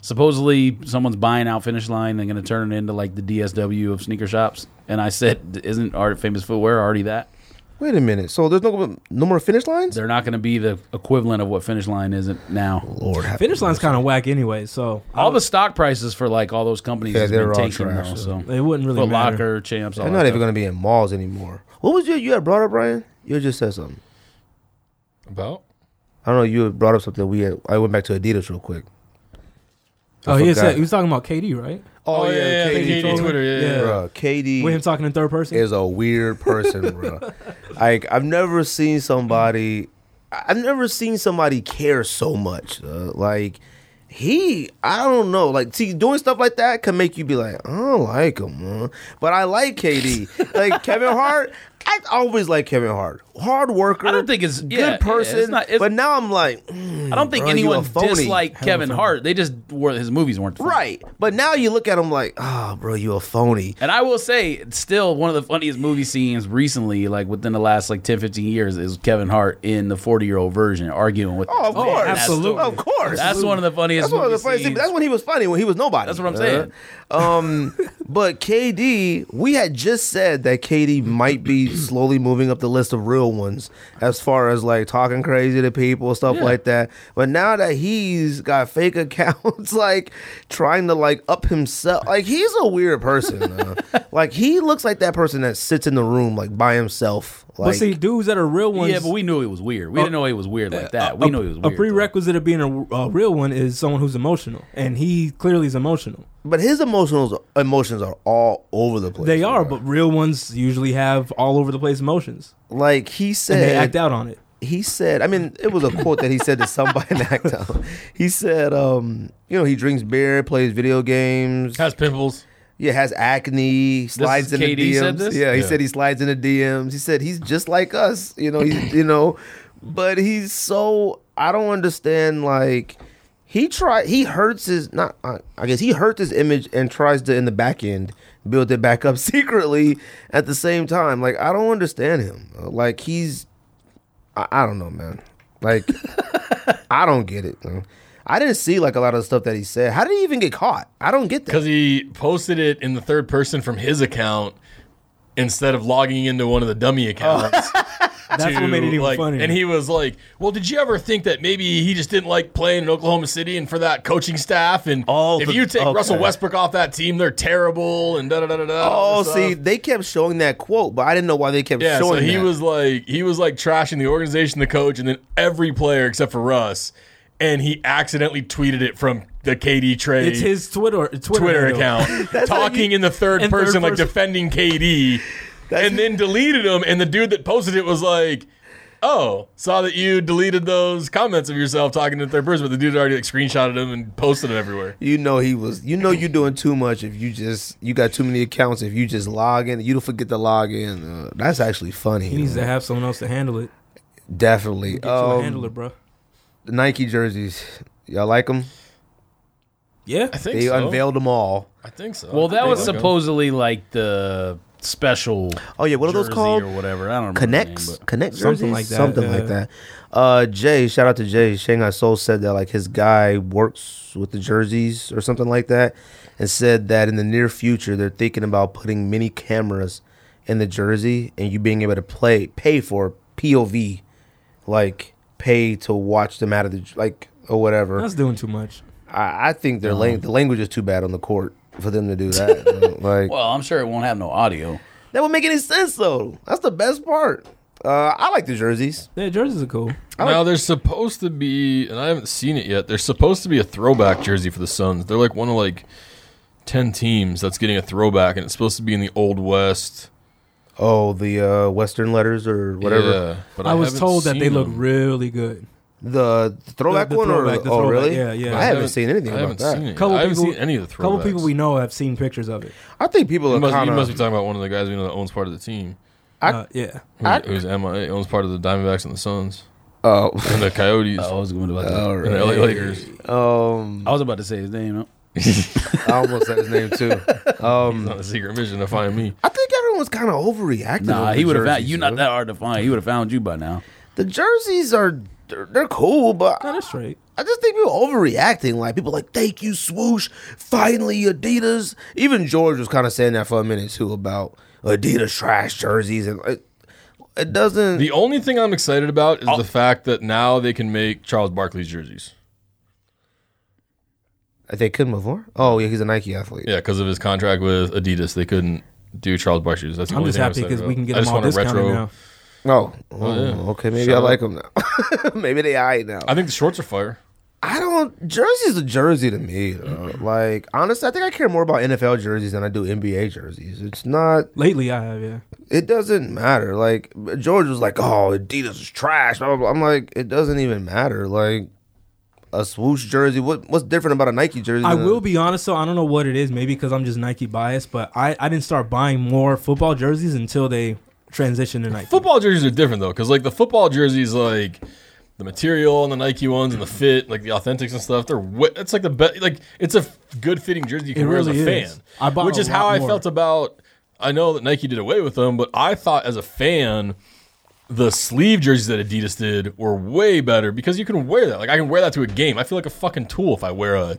Supposedly, someone's buying out Finish Line. They're going to turn it into like the DSW of sneaker shops. And I said, isn't Art Famous Footwear already that?
Wait a minute. So there's no no more finish lines?
They're not going to be the equivalent of what Finish Line isn't now.
Lord have
Finish line's kind of whack anyway, so I
All the stock prices for like all those companies
Yeah,
has
they're
been
all
taken
trash,
though.
so
So
it wouldn't really
Foot
matter.
Locker, Champs, all
They're
that
not even
stuff.
going to be in malls anymore. What was your you had brought up, Brian? You just said something.
About
I don't know. You had brought up something. We had, I went back to Adidas real quick.
Oh, he, had
forgot.
said, he was talking about KD, right?
oh, yeah, yeah,
KD.
KD,
trolling.
Twitter, yeah, yeah.
Yeah.
Bruh, KD
With him talking in third person.
is a weird person, bro. Like I've never seen somebody, I- I've never seen somebody care so much. uh, like he, I don't know. Like see, doing stuff like that can make you be like, I don't like him, huh? but I like KD. like Kevin Hart, I always like Kevin Hart. Hard worker.
I don't think it's-
good
yeah,
person.
it's not- it's-
but now I'm like, mm,
I don't think
Bro, you a
anyone
phony.
disliked Kevin
phony.
Hart. They just were his movies weren't funny.
right. But now you look at him like, oh, bro, you a phony.
And I will say, it's still one of the funniest movie scenes recently, like within the last like 10, 15 years, is Kevin Hart in the 40 year old version arguing with.
Oh, of
Man,
course,
that's-
absolutely.
of course.
That's one of the funniest.
That's one of the
movie
funniest things.
scenes.
That's when he was funny when he was nobody.
That's what I'm
Uh,
saying.
Um, but KD, we had just said that KD might be slowly moving up the list of real ones as far as like talking crazy to people, stuff
Yeah.
like that. But now that he's got fake accounts, like trying to like up himself, like he's a weird person. uh. like he looks like that person that sits in the room like by himself. Like,
but see, dudes that are real ones.
Yeah, but we knew he was weird. We didn't know he was weird like that. We
a,
knew he was
a
weird.
prerequisite of being a, a real one is someone who's emotional, and he clearly is emotional.
but his emotions emotions are all over the place.
They are,
bro.
but real ones usually have all over the place emotions,
like he
and
said,
they act out on it.
he said i mean it was a quote that he said to somebody in actown he said um you know he drinks beer plays video games
Has pimples.
yeah has acne slides
is
in the
KD
dms
said this?
yeah he
Yeah.
said he slides in the dms he said he's just like us you know he's you know but he's so i don't understand like he try he hurts his not I, I guess he hurts his image and tries to in the back end build it back up secretly at the same time like i don't understand him like he's I, I don't know, man. Like, I don't get it. Man. I didn't see like a lot of the stuff that he said. How did he even get caught? I don't get that.
Because he posted it in the third person from his account instead of logging into one of the dummy accounts.
That's
to,
what made it even
like-
funnier.
And he was like, "Well, did you ever think that maybe he just didn't like playing in Oklahoma City and for that coaching staff? And
Oh,
if
for-
you take
okay.
Russell Westbrook off that team, they're terrible." And da da da da da. all
Oh,
this
see,
stuff.
they kept showing that quote, but I didn't know why they kept
yeah. So
showing.
he
that.
was like, he was like trashing the organization, the coach, and then every player except for Russ. And he accidentally tweeted it from the KD trade.
it's his Twitter Twitter,
Twitter
handle.
account
how
talking
you-
in the third
in
person,
third
like
person.
defending KD, and then deleted him. And the dude that posted it was like, oh, saw that you deleted those comments of yourself talking to the third person, but the dude already like screenshotted them and posted them everywhere.
You know he was. You know you're doing too much if you just you got too many accounts. If you just log in, you don't forget to log in. Uh, that's actually funny.
He needs
man.
to have someone else to handle it.
Definitely.
Get you a
Um,
handler, bro.
the Nike jerseys, y'all like them?
Yeah.
I think
They
so.
unveiled them all.
I think so.
Well, that
They
was
look 'em.
supposedly like the special.
Oh yeah, what are those
jersey
called?
Or whatever. I don't remember. the name,
Connects,
but-
connect jerseys,
Something
something
like
like
that,
that.
yeah.
Uh, Jay, shout out to Jay. Shanghai Soul said that like his guy works with the jerseys or something like that, and said that in the near future they're thinking about putting many cameras in the jersey and you being able to play pay for POV, like pay to watch them out of the like or whatever.
That's doing too much.
I, I think their lang- the language is too bad on the court for them to do that. you know, like
Well, I'm sure it won't have no audio.
that would make any sense though. That's the best part. Uh, I like the jerseys.
Yeah, jerseys are cool.
Now there's supposed to be, and I haven't seen it yet. There's supposed to be a throwback jersey for the Suns. They're like one of like ten teams that's getting a throwback, and it's supposed to be in the Old West.
Oh, the uh, Western letters or whatever.
Yeah, but
I,
I,
was
haven't
told that
seen
they look
them.
really good.
The throwback
The- the
one
throwback,
or
the
oh
throwback,
really?
yeah, yeah.
I,
I
haven't, seen anything
I
about
haven't
that.
seen it.
Couple
I haven't
people-
seen any of the throwbacks.
couple people we know have seen pictures of it.
I think people
You
are
must, you
kind
must be
of.
talking about one of the guys we know that owns part of the team,
I-
Uh, yeah.
who,
I-
who's MIA, owns part of the Diamondbacks and the Suns
Oh,
and the Coyotes
I was going about
all
to.
and the
right.
LA Lakers.
Um,
I was about to say his name. no?
I almost said his name too.
It's
Um,
not a secret mission to find me.
I think everyone's kind of overreacting.
Nah,
over
he
the
would have found
jerseys,
you.
though.
Not that hard to find. He would have found you by now.
The jerseys are they're, they're cool, but
No, that's straight.
I just think people overreacting. Like people like, thank you, swoosh. Finally, Adidas. Even George was kind of saying that for a minute too about Adidas trash jerseys, and it, it doesn't.
The only thing I'm excited about is the fact that now they can make Charles Barkley's jerseys.
they couldn't before. Oh yeah, he's a Nike athlete.
Yeah, because of his contract with Adidas, they couldn't do Charles Barkley. That's the
I'm
only
just
thing
happy
excited
because we
about.
can get
I
them
just
all
want a
discounted
retro.
now.
Oh, oh,
yeah.
okay. Maybe
Shut
I
up.
like them now. maybe they are now.
I think the shorts are fire.
I don't. Jersey's a jersey to me. though. Like honestly, I think I care more about NFL jerseys than I do NBA jerseys. It's not.
Lately, I have, yeah.
It doesn't matter. Like George was like, "Oh, Adidas is trash." Blah, blah, blah. I'm like, it doesn't even matter. Like a swoosh jersey. What what's different about a Nike jersey?
I
than a-
will be honest, though. I don't know what it is. Maybe because I'm just Nike biased, but I, I didn't start buying more football jerseys until they transitioned to Nike.
Football jerseys are different though, because like the football jerseys, like the material and the Nike ones and the fit, like the authentics and stuff. They're wet. It's like the best. Like it's a good fitting jersey you can
It
wear as a
really
fan.
is. I bought
which
a
is how
lot
I
more.
felt about. I know that Nike did away with them, but I thought as a fan. The sleeve jerseys that Adidas did were way better because you can wear that. Like I can wear that to a game. I feel like a fucking tool if I wear a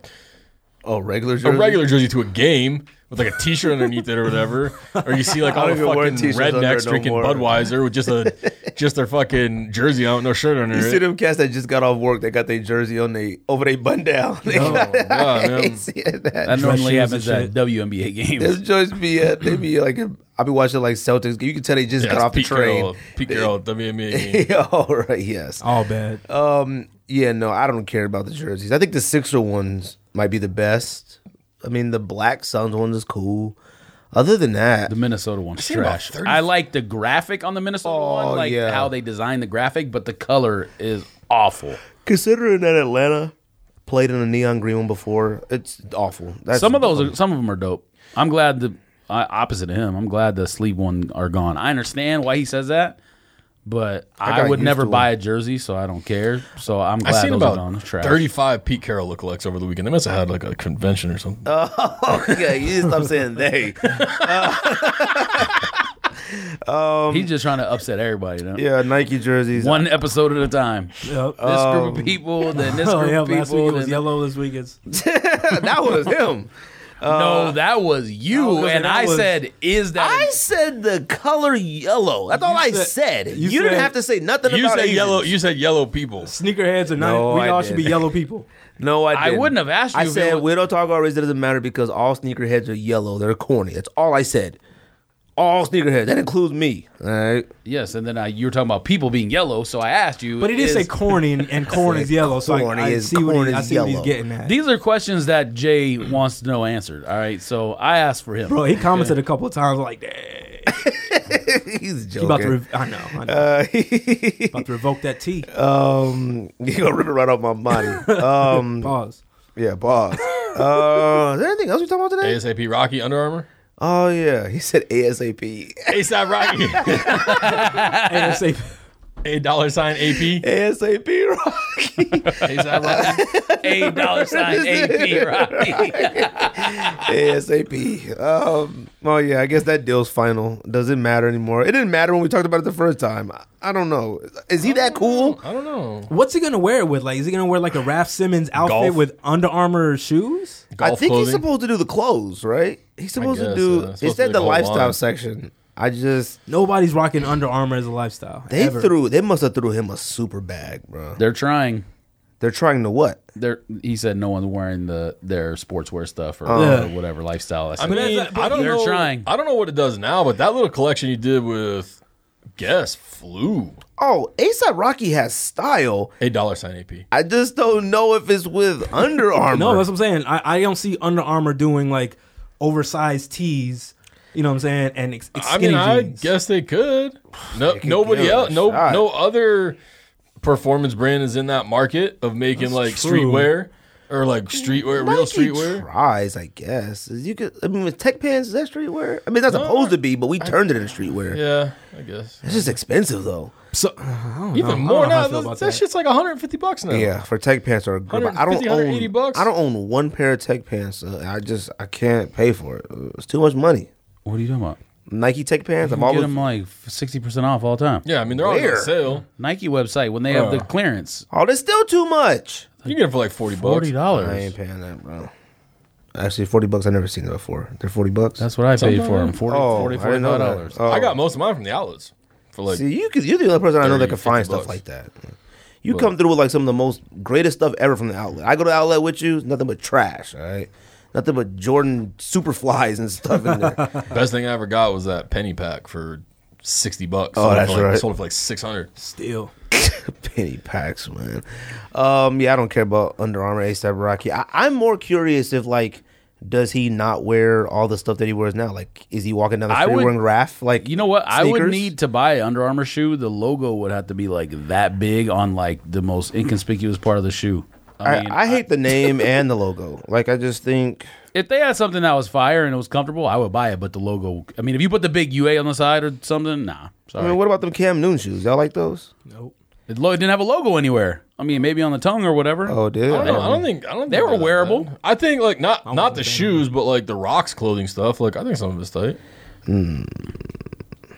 oh regular
a
jersey.
regular jersey to a game with like a T-shirt underneath it or whatever, or you see like all
I
the
don't even wear
fucking
t-shirts under it
rednecks
no
drinking
more.
Budweiser with just a just their fucking jersey out, no shirt under
You
it.
see them cats that just got off work. They got their jersey on they over they bun down. They
Oh,
got-
God,
I
man.
hate seeing that.
That normally
shoes
happens
and
at WNBA
This
games.
just be uh, they be like I'll be watching like Celtics. You can tell they just
Yeah,
got
it's
off the
Pete Carroll,
train.
Pete Carroll, E. WMA game.
Yeah, All right, yes.
All bad.
Um, yeah, no, I don't care about the jerseys. I think the Sixer ones might be the best. I mean, the Black Suns ones is cool. Other than that,
The Minnesota one's
seen about
trash.
30
I like the graphic on the Minnesota one,
Oh,
like
yeah.
how they designed the graphic, but the color is awful.
considering that Atlanta played in a neon green one before, it's awful. That's
some of those, are, some of them are dope. I'm glad the I opposite of him. I'm glad the sleeve one are gone. I understand why he says that, but I,
got
would
used
never
to
buy a jersey, so I don't care. So I'm
I've
glad
seen
those are gone.
about
It's Trash.
35 Pete Carroll lookalikes over the weekend. They must have had like a convention or something.
Uh, yeah, you just stop saying they.
He's just trying to upset everybody. You know?
Yeah, Nike jerseys.
One episode at a time.
Yep.
uh,
This group of people, then this
Um, oh,
group
yeah.
of
Last week
people.
it was
then-
yellow. This week it's.
that was him.
no, that was you.
Uh, No, 'cause
and
that
I
was-
said, is that
I said the color yellow. That's all I said.
said- you
You, didn't
said-
have to say nothing
you
about
said
Asians.
yellow. You said yellow people.
Sneakerheads are not.
No,
we
I
all should be
didn't.
yellow people.
No, I
I
didn't.
wouldn't have asked you
I
if it
said
was-
we don't talk about race. It doesn't matter because all sneakerheads are yellow. They're corny. That's all I said. All sneakerheads. That includes me. All right.
Yes, and then I, you were talking about people being yellow, so I asked you.
But he did say corny, and, and corn is yellow. So
corny
I, I
is-
see, what,
corn
he, I
is
see what he's
yellow.
getting at.
These are questions that Jay wants to know answered. All right, so I asked for him.
Bro, he commented a couple of times like, "Dang."
He's
You about to
joking.
rev- I know. I know.
Uh,
about to revoke that T.
um, you gonna rip it right off my body. Um,
Pause.
yeah, pause. Uh, is there anything else we talking about today?
ASAP Rocky Under Armour.
Oh yeah, he said ASAP.
ASAP Rocky.
Hey, that's safe.
A dollar sign AP.
ASAP Rocky.
ASAP Rocky.
Eight dollar sign AP Rocky.
ASAP. Um, oh yeah, I guess that deal's final. Doesn't matter anymore. It didn't matter when we talked about it the first time. I, I don't know. Is he that cool?
I don't know.
What's he gonna wear it with? Like, is he gonna wear like a Raph Simmons outfit
Golf.
with Under Armour shoes?
I think he's supposed to do the clothes, right? He's supposed
guess,
to do.
yeah. Supposed
it's
to
at the
do the whole
lifestyle
line.
section. I just
Nobody's rocking Under Armour as a lifestyle.
they
ever.
threw. They must have threw him a super bag, bro.
They're trying.
They're trying to what?
They're, he said no one's wearing the their sportswear stuff or,
Uh, Yeah.
or whatever lifestyle. I
I
said,
mean,
that's-
I don't
they're
know.
trying.
I don't know what it does now, but that little collection you did with Guess Flew.
Oh, ASAP Rocky has style.
A dollar sign AP.
I just don't know if it's with Under Armour.
No, that's what I'm saying. I, I don't see Under Armour doing like oversized tees. You know what I'm saying? And ex- ex-
I
skinny
mean, I
jeans.
guess they could. No,
could
nobody
give it
else.
a
No,
shot.
no other performance brand is in that market of making like
true.
streetwear or like streetwear,
Nike
real streetwear.
Tries, I guess. You could. I mean, with tech pants is that streetwear? I mean, that's supposed to be, but we turned it into streetwear.
Yeah, I guess.
It's just expensive though.
So, I don't know. I
Even
don't
more
know how
now.
I feel
That,
about
that
that.
shit's like 150 bucks now.
Yeah, for tech pants are. good, but I don't
150, 180
own.
bucks?
I don't own one pair of tech pants. Uh, I just I can't pay for it. Uh, It's too much money.
what are you talking about?
Nike tech pants. I've
You get
always.
them like sixty percent off all the time.
Yeah, I mean they're all on
Where?
sale.
Nike website when they have
Uh,
the
Bruh.
clearance,
Oh, that's still too much.
You can get it for like 40 bucks.
forty
I
dollars.
ain't paying that, bro. Actually, forty bucks. I never seen it before. They're forty bucks.
That's what I paid
Something
for
like
them.
that.
40,
Oh,
40
I didn't know that.
dollars.
Oh.
I got most of mine from the outlets for like
See, you could, you're the only person I know that
30,
can find
50
stuff
bucks.
like that. You come through with like some of the most greatest stuff ever from the outlet. I go to the outlet with you, nothing but trash. All right, nothing but Jordan Superflies and stuff in there.
best thing I ever got was that penny pack for 60 bucks.
Oh,
Sold it
that's
for like,
right.
Sold it for like 600.
Still,
Penny packs, man. Um, yeah, I don't care about Under Armour, ASAP Rocky. I, I'm more curious if like, does he not wear all the stuff that he wears now? Like, is he walking down the
I
street
would-
wearing Raf? Like,
You know what? I would
sneakers?
need to buy an Under Armour shoe. The logo would have to be like that big on like the most inconspicuous part of the shoe. I,
I,
mean,
I hate the name and the logo. Like, I just think.
if they had something that was fire and it was comfortable, I would buy it. But the logo, I mean, if you put the big UA on the side or something, nah.
I
Sorry,
mean, what about them Cam Noon shoes? Y'all like those?
nope.
it, lo- it didn't have a logo anywhere. I mean, maybe on the tongue or whatever.
Oh, dude.
I don't, know. I don't think I don't. Think
They
they're
were
that
wearable.
bad. I think like not not the
wasn't
shoes, but like the rocks clothing stuff. Like I think some of it's tight.
Hmm.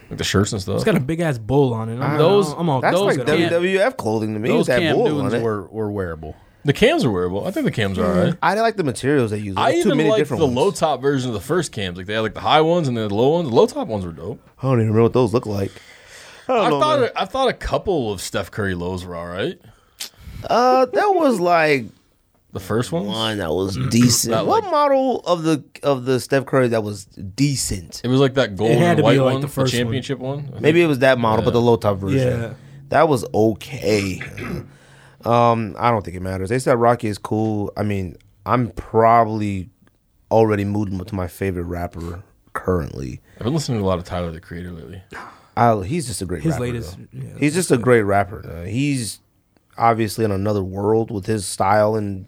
Like the shirts and stuff.
It's got a big ass bull on it. I'm,
Those-
I'm all
That's
those.
those
like
Cam-
WWF clothing to me.
Those
with that
Cam
bull
Newtons
on it.
were, were wearable.
the cams are wearable. I think the cams are
Hmm.
all right.
I like the materials they use.
I
There's too
even
many
like the
different ones.
low top version of the first cams. Like they had like the high ones and the low ones. The low top ones were dope.
I don't even remember what those look like. I
I,
don't know.
thought
man.
I thought a couple of Steph Curry lows were all right.
uh, that was like
The first ones.
one that was decent.
Not
Mm. what
like-
model of the of the Steph Curry that was decent?
It was like that gold
had
and
to be,
white
like,
one,
the
the,
first one.
championship one. I
Maybe it was that model, but the low top version.
Yeah.
That was okay. um, I don't think it matters. They said Rocky is cool. I mean, I'm probably already moved him to my favorite rapper currently.
I've been listening to a lot of Tyler the Creator lately.
I, he's just a great
His
rapper,
latest-
though.
yeah,
he's just a great rapper. though. He's obviously in another world with his style and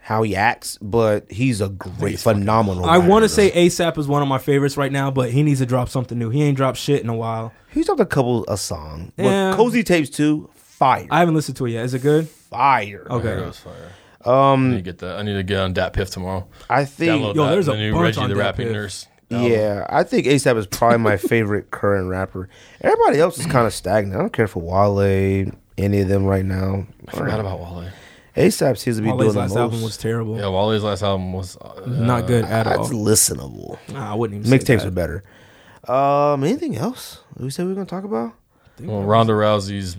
how he acts, but he's a great, phenomenal.
I want to
to
say ASAP is one of my favorites right now, but he needs to drop something new. He ain't dropped shit in a while.
he's dropped a couple a song, but
Yeah.
Cozy Tapes too. Fire,
I haven't listened to it yet. Is it good?
fire.
That
Okay.
was fire. Um, I need to get that. I need to get on Dat Piff tomorrow.
I think,
Download
Yo,
that,
there's
the
a
new
bunch
Reggie
on
the
Dat
Rapping
Piff.
Nurse.
yeah, I think ASAP is probably my favorite current rapper. Everybody else is kind of stagnant. I don't care for Wale, any of them right now.
I forgot about Wale.
ASAP seems to be
Wale's
doing
last
the most.
album was terrible.
Yeah, Wale's last album was uh,
Not good at
That's
all.
listenable.
Nah, I wouldn't even say
Mixtapes
that.
are better. Um, anything else we said we were gonna talk about?
Well, Ronda Rousey's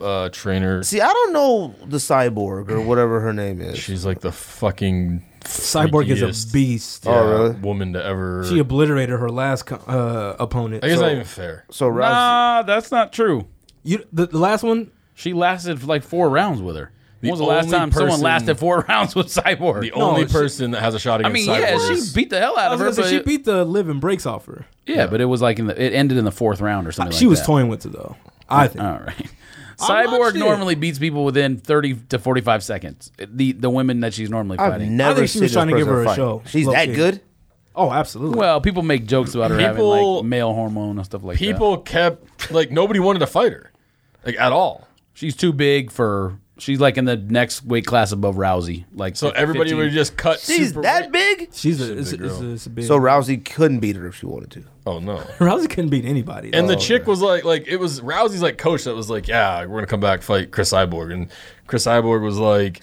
uh, trainer.
See, I don't know the cyborg or whatever her name is.
She's like the fucking
Cyborg is a
freakiest,
beast.
Oh, really?
woman to ever.
She obliterated her last co- uh, opponent.
I guess
So,
not even fair.
so Rousey,
Nah, that's not true.
you, the, the last one,
She lasted for like four rounds with her.
The
when was the last
only
time someone
person-
lasted four rounds with Cyborg?
The only
she-
person that has a shot
I
against
mean, yeah,
Cyborg
she
is-
beat the hell out
I
of
was
her.
gonna say,
But
she
it,
beat the living breaks off her.
yeah, but it was like in the it ended in the fourth round or something.
She
like
was
that.
toying with it though. I think.
All right.
I
Cyborg
watched it.
normally beats people within thirty to forty-five seconds. The the women that she's normally
I've
fighting.
never
I think she
seen
was
this
trying to give
person
her a
fight.
show,
She's
low
that
key.
good.
Oh, absolutely.
Well, people make jokes about her having
People-
like male hormone and stuff like that.
people kept like nobody wanted to fight her, like at all.
She's too big for. She's like in the next weight class above Rousey. Like
So everybody
15.
would just cut.
She's
super-
that big.
she's a,
She's
it's,
a
a,
big
it's,
girl.
a, it's a big.
So Rousey couldn't beat her if she wanted to.
Oh no.
Rousey couldn't beat anybody.
And
though.
the chick was like, like it was Rousey's like coach that was like, yeah, we're gonna come back fight Chris Cyborg, and Chris Cyborg was like,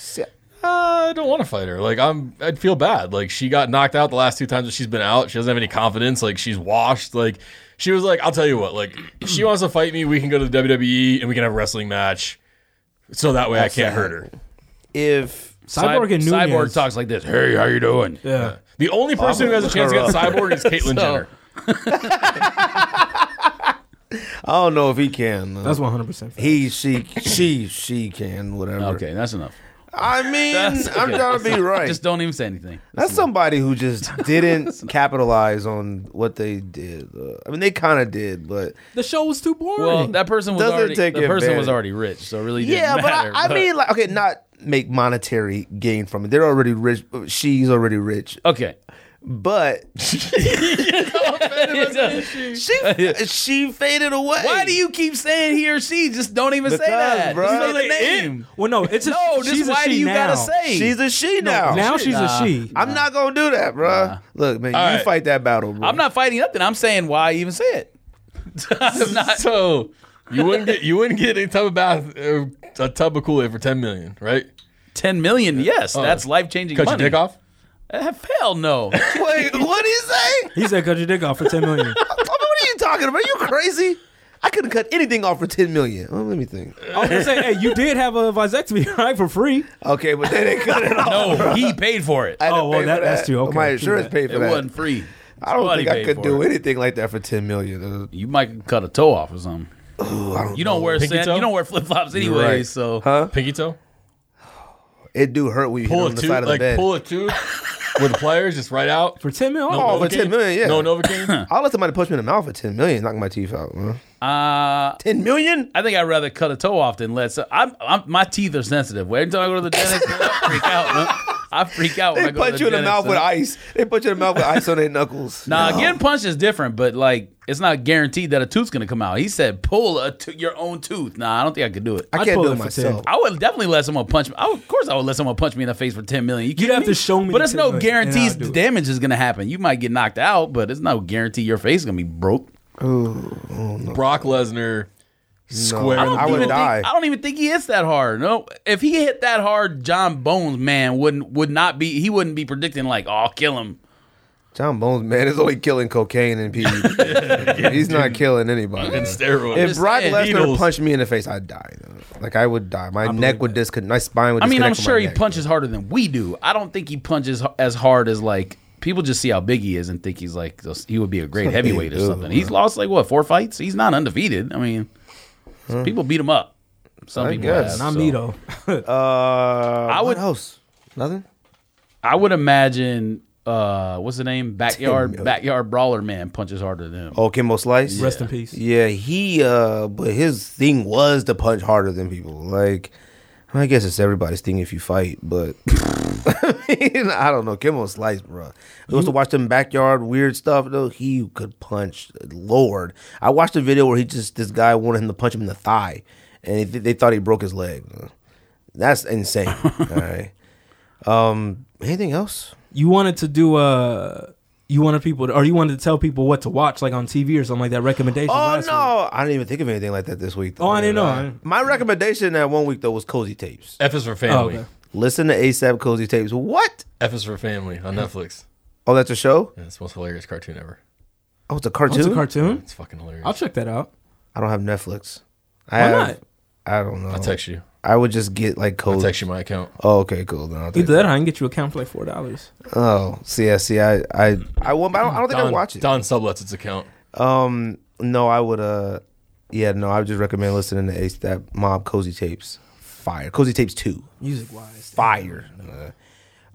"Ah, I don't want to fight her. Like I'm, I'd feel bad. Like she got knocked out the last two times that she's been out. She doesn't have any confidence. Like she's washed. Like she was like, I'll tell you what. Like if she wants to fight me, we can go to the WWE and we can have a wrestling match. So that way I can't hurt her.
If
Cyborg and
Cyborg
Nunez.
talks like this. Hey, how you doing?
Yeah.
The only person who has a chance against Cyborg is Caitlyn Jenner.
I don't know if he can. uh,
That's one hundred percent.
he, she, she, she can. Whatever.
Okay, that's enough.
I mean, I'm trying to be right.
Just don't even say anything.
That's somebody who just didn't capitalize on what they did. Uh, I mean, they kind of did, but
The show was too boring.
Well, that person was
Doesn't
already
take
the person was
advantage.
already rich, so it really didn't
yeah. But
matter.
I, I mean, like, okay, not make monetary gain from it. They're already rich. She's already rich,
okay,
but she she faded away.
why do you keep saying he or she? Just don't even say
Because,
that.
bruh,
Just say the
like, it-
name.
well, no, it's a,
No, just
she's a
why
she
do you
now.
gotta say?
She's a she now.
Now she's a she.
I'm not gonna do that, bruh. Look, man, you
right.
fight that battle, bro.
I'm not fighting nothing. I'm saying why even say it. I'm not.
So you wouldn't get you wouldn't get a tub of bath uh, a tub of Kool Aid for ten million, right?
Ten
uh,
million, yes, that's life changing
Cut
money.
your dick off.
Eh, Hell no.
Wait, what do you say?
He said, "Cut your dick off for ten million.
what are you talking about? You crazy? I couldn't cut anything off for ten million. Oh, let me think.
I was gonna say, "Hey, you did have a vasectomy, right, for free?"
Okay, but they didn't cut it off.
No, he paid for it.
I had to
Oh, well,
pay for
that- that's true. Okay,
my
true
insurance
that.
paid for
It
that.
wasn't free.
I don't
Somebody
think I
paid
could
for
do
it.
anything like that for ten million. Uh,
You might cut a toe off or something. you don't wear
Pinky
sand,
toe?
you don't wear flip flops anyway,
right.
so
Pinky toe.
It do hurt when you hit
Pull a
on the
tooth,
side of the
like
bed.
pull a tooth with the players just right out.
For ten million?
Oh, for
Novocaine?
10 million, yeah.
No Novocaine.
I'll let somebody punch me in the mouth for ten million, knock my teeth out. Huh?
uh,
Ten million?
I think I'd rather cut a toe off than let. So I'm, I'm my teeth are sensitive. Every time I go to the dentist, I freak out. Man. I freak out when
They
I go to the
punch you in the
dentist,
mouth with
son.
ice. They punch you in the mouth with ice on their knuckles.
Nah, getting punched is different, but like it's not guaranteed that a tooth's gonna come out. He said pull a to- your own tooth. Nah, I don't think I could do it. I,
I
I'd
can't
pull
do
it
it
for
myself.
10.
would definitely let someone punch me. I would- of course, I would let someone punch me in the face for ten million. You
You'd
kidding
have to show me
but
the
it's
10
no
million, and I'll
guarantees
do
the
it.
damage is gonna happen. You might get knocked out, but it's no guarantee your face is gonna be broke.
Brock Lesnar. Square.
I
in the
don't
middle.
would
even
die.
Think, I don't even think he hits that hard. No, if he hit that hard, John Bones man wouldn't would not be. He wouldn't be predicting like, "Oh, I'll kill him."
John Bones, man, is only killing cocaine and PED. He's not killing anybody.
and steroids.
If Brock
saying,
Lesnar
needles.
punched me in the face, I'd die. though. Like I would die. My neck would disconnect. My spine would.
I mean, I'm
disconnect from
sure
my
he
neck.
punches harder than we do. I don't think he punches h- as hard as like people just see how big he is and think he's like this- he would be a great heavyweight or
dude,
something. He's lost like what four fights. He's not undefeated. I mean, people beat him up. Some people,
Hmm. guess.
have,
Not
so.
me though.
Uh, I
would-
What else? Nothing.
I would imagine. Uh, what's the name? Backyard
million.
backyard brawler man punches harder than him.
Oh, Kimbo Slice.
Rest in peace.
Yeah, he. uh But his thing was to punch harder than people. Like, I guess it's everybody's thing if you fight. But I, mean, I don't know. Kimbo Slice, bro. We used to watch them backyard weird stuff. Though he could punch. Lord, I watched a video where he just this guy wanted him to punch him in the thigh, and they, they thought he broke his leg. That's insane. All right. Um. Anything else?
You wanted to do Uh, you wanted people, to, or you wanted to tell people what to watch, like on TV or something like that. Recommendation.
Oh
last week.
no! I didn't even think of anything like that this week. though.
Oh, I didn't know. I didn't-
My recommendation that one week though was Cozy Tapes.
F is for
Oh,
family.
okay.
Listen to ASAP Cozy Tapes. What?
F is for family on Netflix.
Oh, that's a show.
Yeah, it's the most hilarious cartoon ever.
Oh, it's a
Oh,
cartoon.
it's a cartoon.
It's fucking hilarious.
I'll check that out.
I don't have Netflix. I
Why
have,
not?
I don't know.
I'll text you.
I would just get like
I'll
Cozy.
text you my account.
Oh, okay, cool. Then I'll take
Either that, or I can get you a account for like four dollars.
Oh, see, yeah, see, I, I, I, won't, I don't, I don't think I
Don,
watch it.
Don sublets its account.
Um, no, I would. Uh, yeah, no, I would just recommend listening to ASAP Mob Cozy Tapes. fire. Cozy Tapes two,
Music wise,
fire. Uh,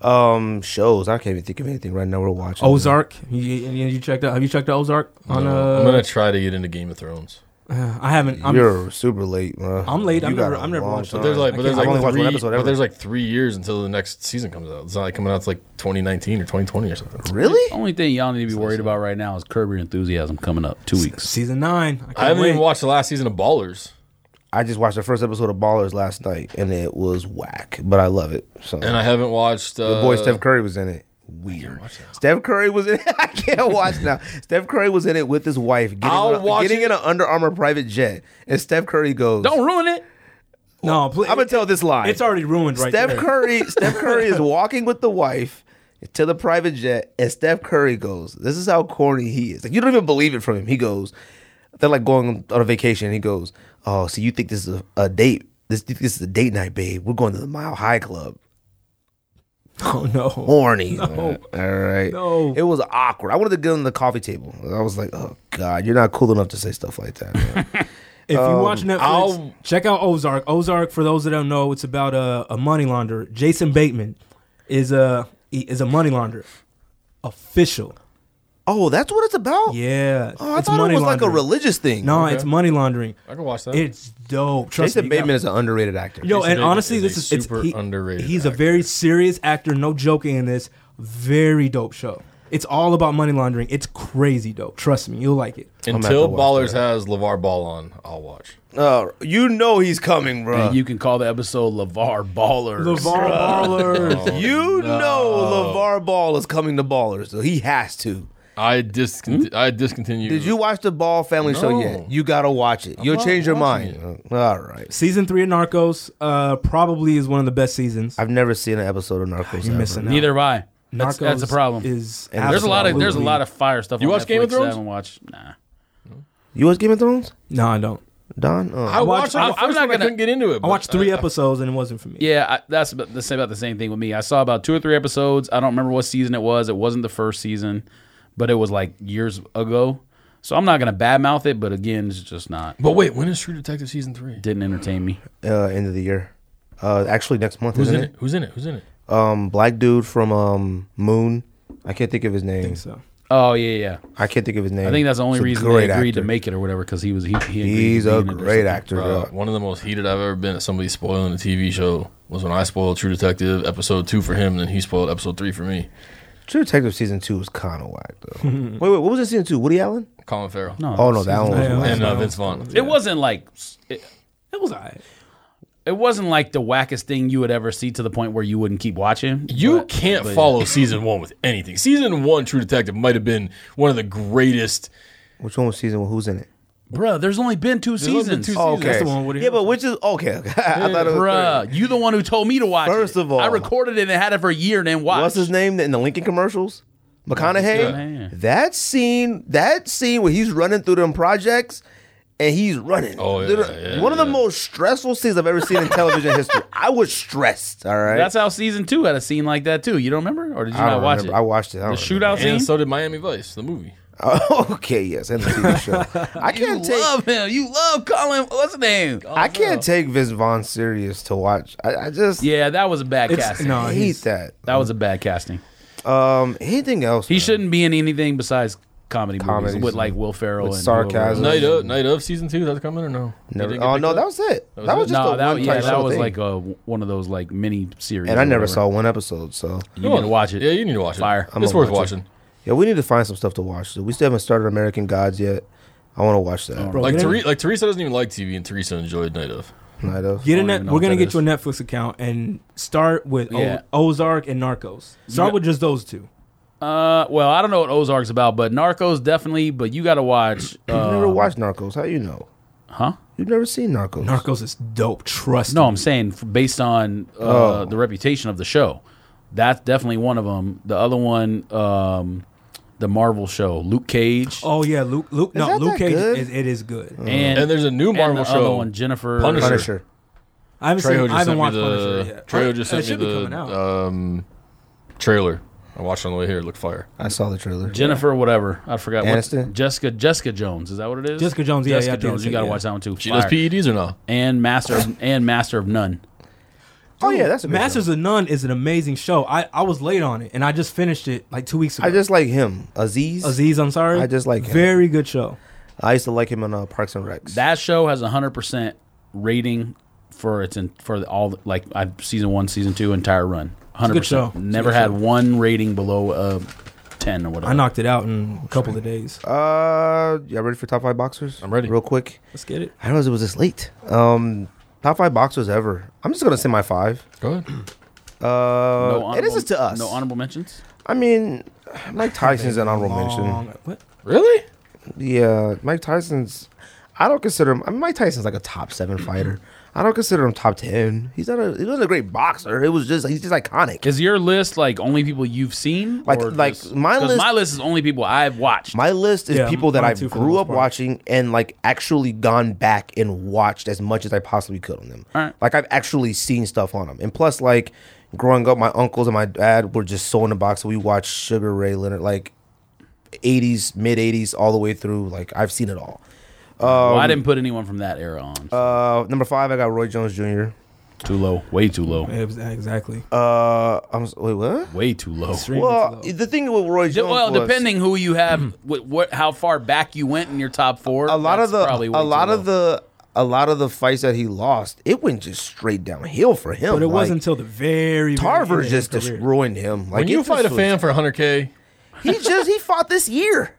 um, shows. I can't even think of anything right now. We're watching
Ozark. You, you, you checked out? Have you checked out Ozark? On
No, I'm
uh,
gonna try to get into Game of Thrones.
uh, I haven't. I'm,
You're super late. Uh,
I'm late.
you
I'm
got
never-
a
I'm never
long
watched it.
But there's like, but there's
I've
like,
only watched
three,
one episode
but
ever.
there's like three years until the next season comes out. It's not like coming out. It's like 2019 or 2020 or something.
Really?
Only thing y'all need to be worried about right now is Curb Your Enthusiasm coming up two weeks.
season nine. I, can't
I haven't
wait.
even watched the last season of Ballers,
I just watched the first episode of Ballers last night, and it was whack. But I love it. So
and I haven't watched. Uh,
Your boy Steph Curry was in it. Weird. Steph Curry was in. I can't watch now. Steph Curry was in it with his wife, getting,
I'll
on, a-
watch
getting
it.
in an Under Armour private jet, and Steph Curry goes,
Don't ruin it.
No, please.
I'm gonna tell this lie.
It's already ruined right
Steph
there.
Curry. Steph Curry is walking with the wife to the private jet, and Steph Curry goes, "This is how corny he is." Like you don't even believe it from him. He goes, "They're like going on a vacation." And he goes, "Oh, so you think this is a, a date? This you think this is a date night, babe? We're going to the Mile High Club."
Oh no.
Horny. No. All right.
No.
It was awkward. I wanted to get on the coffee table. I was like, "Oh God, you're not cool enough to say stuff like that." man."
If
Um,
you watch Netflix,
I'll-
check out Ozark. Ozark, for those that don't know, it's about a, a money launderer. Jason Bateman is a he is a money launderer. Official.
oh, that's what it's about.
Yeah.
Oh, I thought it was like a
laundering.
religious thing.
No, it's money laundering.
I can watch that.
It's dope. Trust
Jason
me, you
Bateman is an underrated actor.
Got, yo,
Jason
and
Bateman
honestly,
is
this
a
is it's
super
he-
underrated
He's a very
actor.
serious actor. No joking in this. Very dope show. It's all about money laundering. It's crazy dope. Trust me, you'll like it.
Until
to watch
Ballers has LeVar Ball on, I'll watch.
Uh, you know he's coming, bro.
And you can call the episode LeVar Ballers.
LeVar Ballers.
Oh,
You know LeVar Ball is coming to ballers, so he has to.
I discon-
Hmm?
I discontinued.
Did you watch the Ball family show
No.
yet? You gotta watch it. You'll
not
change your mind.
watching
Uh, All right.
Season three of Narcos uh, probably is one of the best seasons.
I've never seen an episode of Narcos.
You're
ever.
missing out.
Neither have I. That's,
Narcos
that's a problem.
Is
And
there's a lot of there's a
absolutely-
lot of fire stuff.
You
on
watch Game of
Netflix that I
Thrones?
haven't watched. Nah.
You watch Game of Thrones,
No, I don't.
Don? Oh.
I watched.
watched-
like,
I-
the 1st
I'm not
one, I
gonna-
couldn't get into it.
I
but
watched
Uh,
three
I-
episodes and it wasn't for me.
Yeah, I, that's about the, same- about the same thing with me. I saw about two or three episodes. I don't remember what season it was. It wasn't the first season, but it was like years ago. So I'm not gonna badmouth it, but again, it's just not.
But wait, when is True Detective season three?
Didn't entertain me.
Uh, end of the year. Uh, actually, next month,
Who's
isn't
in
it?
it? Who's in it? Who's in it?
Um, black dude from um Moon. I can't think of his
I
name.
think so.
Oh yeah, yeah.
I can't think of his name.
I think that's the only
He's a
reason
great
they agreed
actor.
to make it or whatever because he was he. he agreed to
He's
be
a
in it or
great
something.
actor.
Bro,
dog.
one of the most heated I've ever been at somebody spoiling a TV show was when I spoiled True Detective episode two for him, and then he spoiled episode three for me.
True Detective season two was kind of whack though. wait, wait, what was it season two? Woody Allen?
Colin Farrell
No,
Oh no, that one was
Yeah.
whack.
and uh, Vince Vaughn.
it wasn't like it,
It was alright.
it wasn't like the wackest thing you would ever see to the point where you wouldn't keep watching.
You
but-
can't
but-
follow season one with anything. Season one, True Detective, might have been one of the greatest.
Which one was season one? Who's in it?
Bruh, there's only been two
only been
seasons.
two
Okay.
That's the one with Woody
yeah, but which is okay. okay. I thought it was
Bruh, you the one who told me to watch.
First
it.
of all-
I recorded it and had it for a year and then watched.
What's his name in the Lincoln commercials? McConaughey.
McConaughey.
That scene, that scene where he's running through them projects and he's running.
Oh, yeah,
Dude,
yeah,
One of the
yeah.
most stressful scenes I've ever seen in television history. I was stressed. All right.
That's how season two had a scene like that too. You don't remember, or did you
I
not
don't
watch
remember.
it?
I watched it. I don't
the shootout
And
scene.
so did Miami Vice, the movie.
remember. okay, yes, and the TV show. I
You
can't take
love him. You love Colin. What's his name?
I can't take Vince Vaughn serious to watch. I, I just
Yeah, that was a bad
It's,
casting.
no,
hate
he's,
that.
That was a bad casting.
Um, anything else?
He
man?
shouldn't be in anything besides comedy
Comedies.
movies with like Will Ferrell
With
and
sarcasm.
whoever.
Night of, night of season two. That's coming or no? They
Never,
didn't get
oh
picked
no,
up?
that was it. That
That
was,
was it?
just a
No, that,
one
yeah,
type
that
show
was
thing.
like a, one of those like mini series.
and
or
I never
whatever.
saw one episode. So
You need to watch it.
Yeah, you need to watch it.
Fire.
I'm
it's
gonna
worth
watch it.
watching.
yeah, we need to find some stuff to watch. We still haven't started American Gods yet. I want to watch that.
bro,
Like,
get in-
Tere- like Teresa doesn't even like TV, and Teresa enjoyed Night of.
Night of.
Get a
don't
net,
even know
we're
what
gonna
that
get
is.
you a Netflix account and start with O-
Yeah.
Ozark and Narcos. Start
got-
with just those two.
Uh, well, I don't know what Ozark's about, but Narcos definitely. But you got to watch.
you
Uh,
never watched Narcos. How you know?
huh?
You've never seen Narcos.
Narcos is dope. Trust
No,
me.
I'm saying f- based on uh,
Oh.
the reputation of the show. That's definitely one of them. The other one, um, the Marvel show, Luke Cage,
Oh yeah, Luke. Luke. no,
that
Luke
that
Cage.
good?
Is, it is good.
and,
And there's a new
and
Marvel
the other
show.
one, Jennifer
Punisher.
Punisher.
I haven't
Trejo
seen. I
just
haven't
sent me
watched
the
Punisher yet.
Trejo just
it
sent
should
me
be coming
the
out.
um, trailer. I watched it on the way here. It looked fire.
I saw the trailer.
Jennifer, whatever I forgot. what-
Aniston?
Jessica Jessica Jones is that what it is?
Jessica Jones, yeah,
Jessica
yeah, I did
Jones.
say,
You got to
E
yeah.
watch that one too.
She
Fire.
does PEDs or no?
and master of, and master of none.
Oh yeah, that's a good
Masters of None is an amazing show. I, I was late on it and I just finished it like two weeks
show. I
ago.
just like him, Aziz.
Aziz, I'm sorry.
I just like him.
very good show.
I used to like him on uh, Parks and Recs.
That show has a hundred percent rating for its in, for the- all the- like I season one, season two, entire run. Hundred
good show.
percent.
It's a
Never
good
had
show.
one rating below uh, ten or whatever.
I knocked it out in a couple of days.
uh, y'all ready for top five boxers?
I'm ready.
Real quick.
Let's get it.
I don't know if it was this late. Um, top five boxers ever. I'm just gonna say my five.
Go ahead.
Uh,
No
and this is
honorable-
to us.
No honorable mentions.
I mean, Mike Tyson's an honorable mention.
Long- What?
Really?
Yeah, Mike Tyson's. I don't consider him. I mean, Mike Tyson's like a top seven fighter. I don't consider him top ten. He's not a. He wasn't a great boxer. It was just he's just iconic.
Is your list like only people you've seen?
Like-
or
like,
just-
my
'cause
list-
my list is only people I've watched.
My list is
Yeah,
people that
mine
I
too, for the
grew
most
up
part.
watching and like actually gone back and watched as much as I possibly could on them.
Alright.
Like I've actually seen stuff on them. And plus, like growing up, my uncles and my dad were just so in the box. We watched Sugar Ray Leonard, like '80s, mid '80s, all the way through. Like I've seen it all.
well, I didn't put anyone from that era on.
Um, Uh, number five, I got Roy Jones Jr.
too low. Way too low.
Yeah, Exactly.
Uh, I'm s- wait, what?
Way too low.
Extremely
Well,
low.
the thing with Roy
D-
Jones,
well,
was-
depending who you have, what, what how far back you went in your top four.
a lot of
that's
the
probably way
a
too
lot
low.
of the a lot of the fights that he lost, it went just straight downhill for him.
but it
Like,
wasn't until the very very
Tarver
end of his
just just
career.
ruined him. Like
When you
it
fight a
just was-
fan for 100K,
he just he fought this year.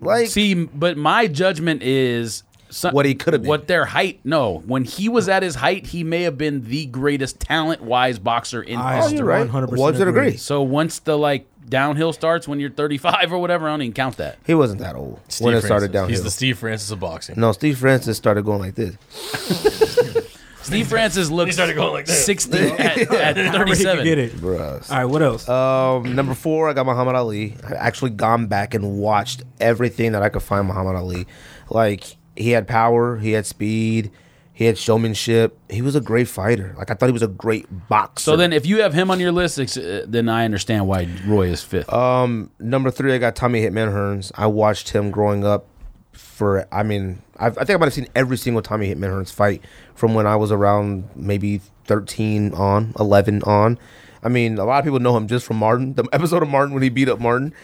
Like
See, but my judgment is some,
What he could have been.
What their height? No, when he was at his height, he may have been the greatest talent-wise boxer in
I-
oh,
history.
you're right.
100%
Was it
agree.
agree?
So once the like downhill starts when you're 35 or whatever, I don't even count that.
He wasn't that old when it started
Francis.
downhill.
He's the Steve Francis of boxing.
no, Steve Francis started going like this.
Steve Francis
He
looks
started going like this.
60 at, at
Already could
37.
Get it.
Bruh.
All right. What else?
Um, number four, I got Muhammad Ali. I actually gone back and watched everything that I could find Muhammad Ali. Like he had power, he had speed, he had showmanship. He was a great fighter. Like I thought he was a great boxer.
So then, if you have him on your list, it's, uh, then I understand why Roy is fifth.
Uh, number three, I got Tommy Hitman Hearns. I watched him growing up. For I mean, I've, I think I might have seen every single Tommy Hitman Hearns fight from when I was around maybe thirteen on, eleven on. I mean, a lot of people know him just from Martin, the episode of Martin when he beat up Martin.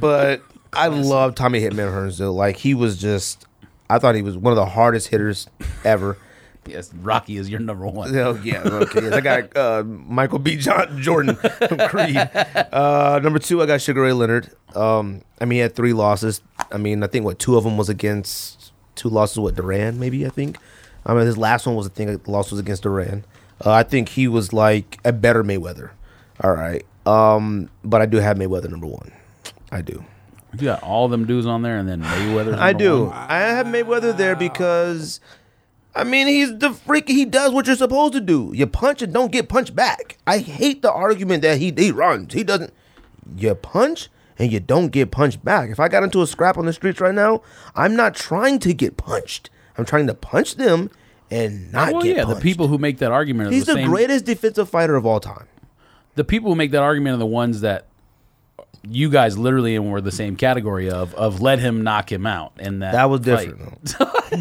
But I love Tommy Hitman Hearns though. Like he was just, I thought he was one of the hardest hitters ever.
yes, Rocky is your number one.
Oh yeah, okay. Yes, I got uh, Michael B. John Jordan from Creed. Uh, number two, I got Sugar Ray Leonard. Um, I mean, he had three losses. I mean, I think what two of them was against two losses. What Duran? Maybe I think. I mean, his last one was I think the loss was against Duran. Uh, I think he was like a better Mayweather. All right, um, but I do have Mayweather number one. I do.
You got all them dudes on there, and then Mayweather.
I do. I have Mayweather there because, I mean, he's the freak. He does what you're supposed to do. You punch and don't get punched back. I hate the argument that he he runs. He doesn't. You punch and you don't get punched back. If I got into a scrap on the streets right now, I'm not trying to get punched. I'm trying to punch them and not
Well,
get
yeah, the
punched.
people who make that argument are
He's
the,
the,
same.
greatest defensive fighter of all time.
the people who make that argument are the ones that you guys literally and were the same category of of let him knock him out and that
That was
fight.
different.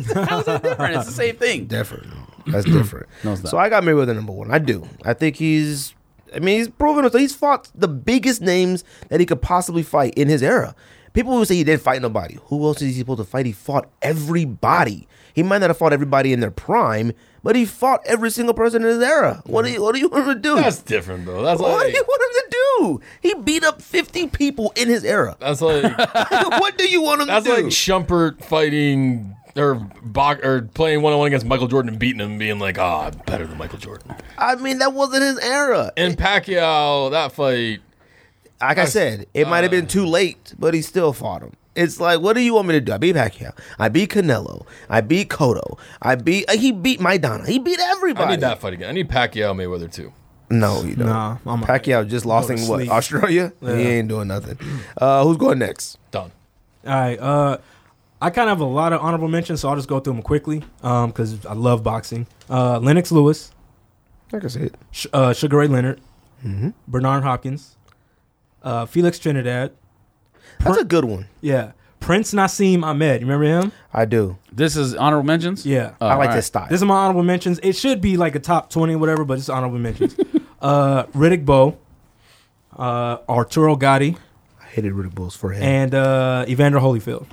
though.
How's that different? It's the same thing.
different. That's different.
it's not.
So I got Mayweather number one. I do. I think he's. I mean, he's proven himself. He's fought the biggest names that he could possibly fight in his era. People would say he didn't fight nobody. Who else is he supposed to fight? He fought everybody. He might not have fought everybody in their prime, but he fought every single person in his era. What do you What do you want him to do?
That's different, though. That's
what do
like.
you want him to do? He beat up fifty people in his era.
That's like.
what do you want him
That's
to do?
like Shumpert fighting or box, or playing one on one against Michael Jordan and beating him, and being like, "Ah, I'm better than Michael Jordan."
I mean, that wasn't his era.
And Pacquiao, that fight,
like I said, it might have been too late, but he still fought him. It's like, what do you want me to do? I beat Pacquiao. I beat Canelo. I beat Cotto. I beat. uh, He beat Maidana. He beat everybody.
I need that fight again. I need Pacquiao Mayweather too.
No, you don't.
Nah, I'm-
Pacquiao just lost
Go
in
to
what
sleep.
Australia. He ain't doing nothing. Uh, who's going next?
Done.
All right. Uh, I kind of have a lot of honorable mentions, so I'll just go through them quickly because I love boxing. Uh, Lennox Lewis,
I can see it.
Sh- uh, Sugar Ray Leonard, Bernard Hopkins, uh, Felix Trinidad.
That's a good one.
Yeah. Prince Nassim Ahmed. You remember him?
I do.
This is honorable mentions.
Yeah.
Oh,
I like
all
this style.
This is my honorable mentions. It should be like a top 20, whatever, but it's honorable mentions. uh, Riddick Bowe, uh, Arturo Gotti,
I hated Riddick Bulls for him.
and uh, Evander Holyfield.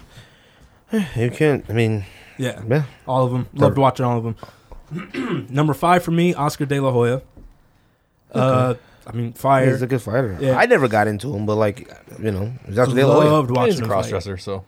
you can't. I mean,
Yeah,
yeah.
all of them. Loved watching all of them. Number five for me, Oscar De La Hoya. Uh, I mean, fire.
He's a good fighter.
Yeah.
I never got into him, but like, you know, he's out there. Oh,
loved
He's
watching
a
him
cross
fight.
dresser, so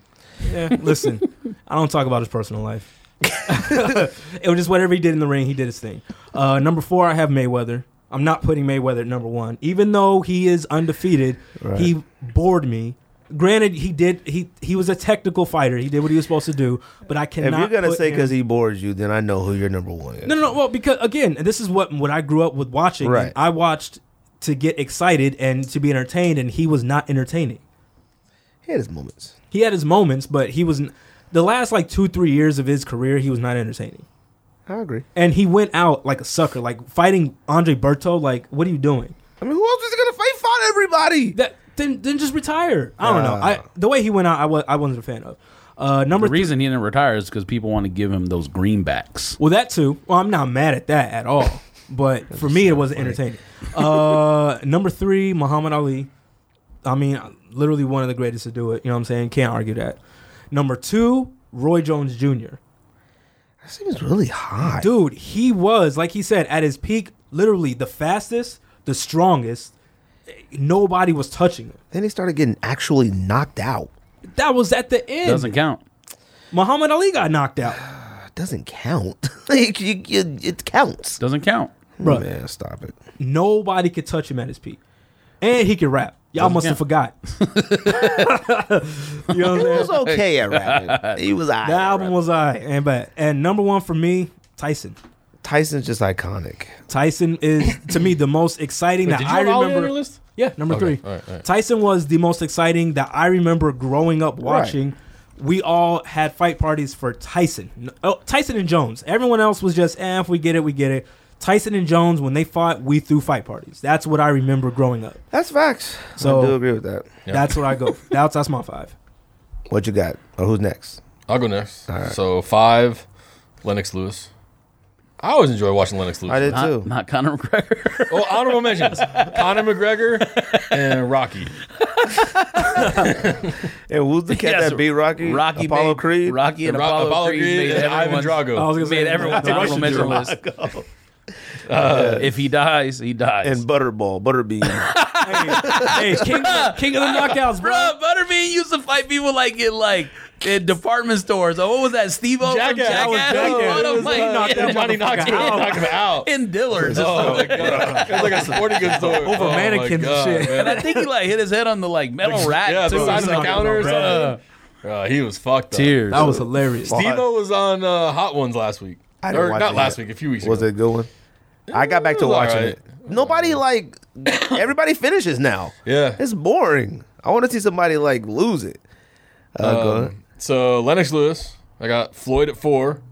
Yeah, listen, I don't talk about his personal life. it was just whatever he did in the ring, he did his thing. Uh, number four, I have Mayweather. I'm not putting Mayweather at number one, even though he is undefeated. He bored me. Granted, he did. He he was a technical fighter. He did what he was supposed to do. But I
If
cannot.
you're gonna
put
say
him-
because he bores you, then I know who your number one is.
no, no, no. Well, because again, and this is what what I grew up with watching.
Right.
I watched to get excited and to be entertained, and he was not entertaining.
He had his moments.
He had his moments, but he was n- the last like two three years of his career. He was not entertaining.
I agree.
and he went out like a sucker, like fighting Andre Berto. Like, what are you doing?
I mean, who else is he gonna fight? Fought everybody.
That then, then just retire. I don't know. I the way he went out, I was I wasn't a fan of. Uh, number
The
three.
reason he didn't retire is because people want to give him those greenbacks.
Well, that too. Well, I'm not mad at that at all. But for me, it wasn't entertaining. Uh, number three, Muhammad Ali. I mean, literally one of the greatest to do it. You know what I'm saying? Can't argue that. Number two, Roy Jones Jr.
That seems really hot.
Dude, he was, like he said, at his peak, literally the fastest, the strongest. Nobody was touching him.
Then he started getting actually knocked out.
That was at the end.
Doesn't count.
Muhammad Ali got knocked out.
That doesn't count. like, you, you, it counts.
Doesn't count.
Bruh.
Man, stop it.
Nobody could touch him at his peak. And he could rap. Y'all must have forgot. you know what I'm
He
saying?
was okay at rapping. He was.
The album was all right. And, but, and number one for me, Tyson.
Tyson's just iconic.
Tyson is, to me, the most exciting that
did you
I
have Ali on
remember.
your list?
Yeah, number
Okay,
three.
all right, all right.
Tyson was the most exciting that I remember growing up watching. We all had fight parties for Tyson. Oh, Tyson and Jones. Everyone else was just, eh, if we get it, we get it. Tyson and Jones, when they fought, we threw fight parties. That's what I remember growing up.
That's facts.
So-
I do agree with that.
Yeah.
That's what I go. for. That's that's my five.
What you got? Or who's next?
I'll go next. So five, Lennox Lewis. I always enjoy watching Lennox Lewis.
I did
Not,
too.
not Conor McGregor.
Oh, honorable mentions: Conor McGregor and Rocky.
And who's the cat
Yes,
that beat Rocky?
Rocky
Apollo
made-
Creed.
Rocky and
Ro-
Apollo, Creed, made
and Ivan
everyone's-
Drago.
I was gonna
made
say
everyone's honorable
Russian
mention
Drago.
list. Uh, if he dies, he dies.
and Butterball, Butterbean.
Hey, king, king of the knockouts,
Bro,
bro.
Butterbean used to fight people like in like in department stores. Oh, what was that? Steve O from
Jackass.
Jackass.
That was Jackass.
What a
It was,
fight.
uh,
knocked that
Johnny
motherfucker
knocked him
out.
knocked him out.
in Dillard's.
Oh my god! It was like a sporting goods Oh, store. Over
mannequins and shit.
and I think he like hit his head on the like metal rack.
yeah,
too,
the side of the
something.
counter or
Bruh.
something. Uh, he was fucked up.
Tears.
That was hilarious.
Steve-O was on uh, Hot Ones last week.
I didn't
Or
watch
not
it
last
yet.
week, a few weeks
was
ago.
it a good one? I got back to
was
watching
alright.
it. Nobody like everybody finishes now.
Yeah.
It's boring. I want to see somebody like lose it. Uh,
Um,
go ahead.
So Lennox Lewis. I got Floyd at four.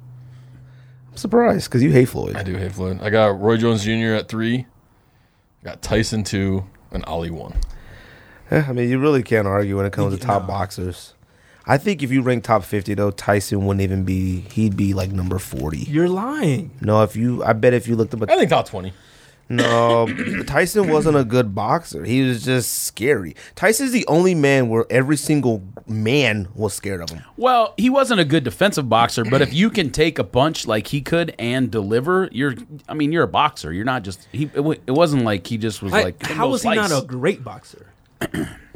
I'm surprised because you hate
I
Floyd.
do hate Floyd. I got Roy Jones Jr. at three. I got Tyson two and Ollie one.
Yeah, Eh, I mean, you really can't argue when it comes to top boxers. I think if you rank top 50 though, Tyson wouldn't even be. He'd be like number 40.
You're lying.
No, if you, I bet if you looked up a
I think top twenty.
No, Tyson wasn't a good boxer. He was just scary. Tyson's the only man where every single man was scared of him.
Well, he wasn't a good defensive boxer, but if you can take a punch like he could and deliver, you're. I mean, you're a boxer. You're not just. He. It, wa- it wasn't like he just was
I-
like.
how was he not a great boxer?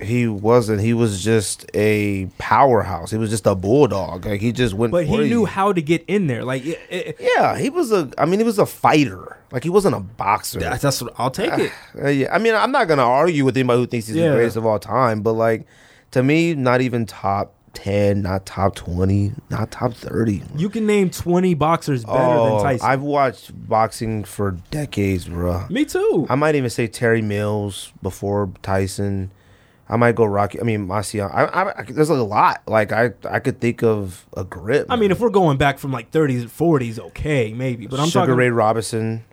He wasn't. He was just a powerhouse. He was just a bulldog. Like he just went.
But he
crazy.
knew how to get in there. Like, it, it,
Yeah, he was a. I mean, he was a fighter. Like he wasn't a boxer.
That's, that's what I'll take it.
Uh, yeah, I mean, I'm not gonna argue with anybody who thinks he's
Yeah.
the greatest of all time, but like, to me, not even top ten, not top twenty, not top thirty. Oh,
You can name 20 boxers better than Tyson.
I've watched boxing for decades, bro.
Me too.
I might even say Terry Mills before Tyson. I might go Rocky. I mean, Macian. I, I, I, there's a lot. Like I, I could think of a grip.
I mean, if we're going back from like 30s, 40s, okay, maybe. But I'm
Sugar
talking.
Ray Robinson.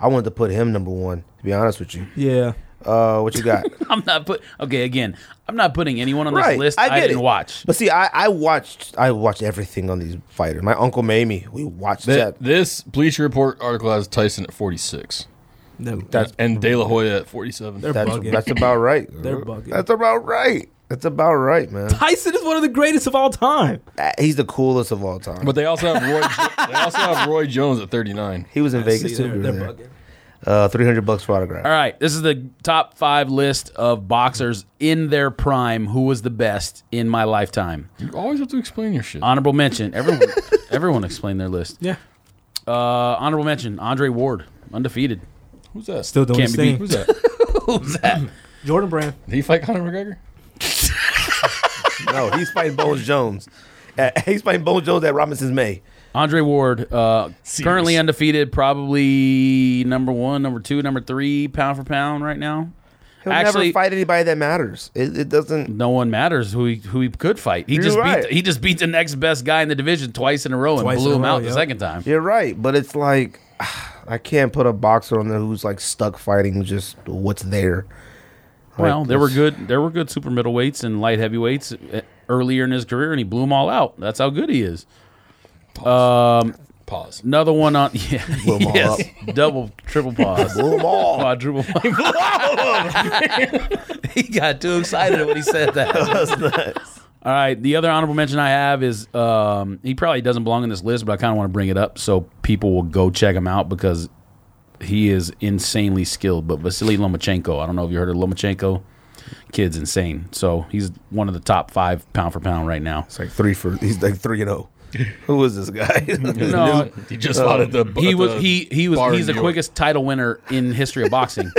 I wanted to put him number one. To be honest with you,
Yeah.
Uh, what you got?
I'm not put okay again. I'm not putting anyone on this
Right,
list.
I
I,
get
didn't
it.
watch.
but see, I, I watched I watched everything on these fighters. My uncle made me. We watched
Th-
that.
This Bleacher Report article has Tyson at 46
Them-
That's
and De La Hoya at 47.
they're
that's
bugging.
that's about right.
They're bugging.
That's about right. That's about right, man.
Tyson is one of the greatest of all time.
Uh, He's the coolest of all time.
But they also have Roy. Jo- they also have Roy Jones at 39.
he was in Vegas
See,
too.
they're,
we were
they're
there.
bugging.
Uh, three hundred bucks for autograph.
All right, this is the top five list of boxers in their prime. Who was the best in my lifetime?
You always have to explain your shit.
Honorable mention. Everyone, everyone explained their list.
Yeah,
Uh, honorable mention. Andre Ward, undefeated.
Who's that?
still doing
Can't
his
be
thing.
Who's that?
Jordan Brand.
Did he fight Conor McGregor?
No, he's fighting Bones Jones. Uh, he's fighting Bones Jones at Robinson's May.
Andre Ward, uh,
Serious.
currently undefeated, probably number one, number two, number three, pound for pound right now.
He'll
Actually-
never fight anybody that matters. It, it doesn't.
No one matters who he, who he could fight. He
You're
just
right.
beat he just beat the next best guy in the division twice in a row and
Twice
blew
in a
him
row,
out the
yep.
second time.
You're right, but it's like I can't put a boxer on there who's like stuck fighting just what's there.
Well,
Like,
there were good there were good super middleweights and light heavyweights uh, earlier in his career, and he blew them all out. That's how good he is.
Pause.
Another one on yeah,
Blew 'em all
yes, double triple pause,
Blew 'em all.
quadruple. he got too excited when he said that.
That's nuts.
All right, the other honorable mention I have is um, he probably doesn't belong in this list, but I kind of want to bring it up so people will go check him out because he is insanely skilled. But Vasily Lomachenko, I don't know if you heard of Lomachenko, kid's insane. So he's one of the top five pound for pound right now.
It's like three for he's like three and oh. Who is this guy?
No,
He just fought at the.
he
at
was
the
he he was
bar in
he's the
New York.
quickest title winner in history of boxing.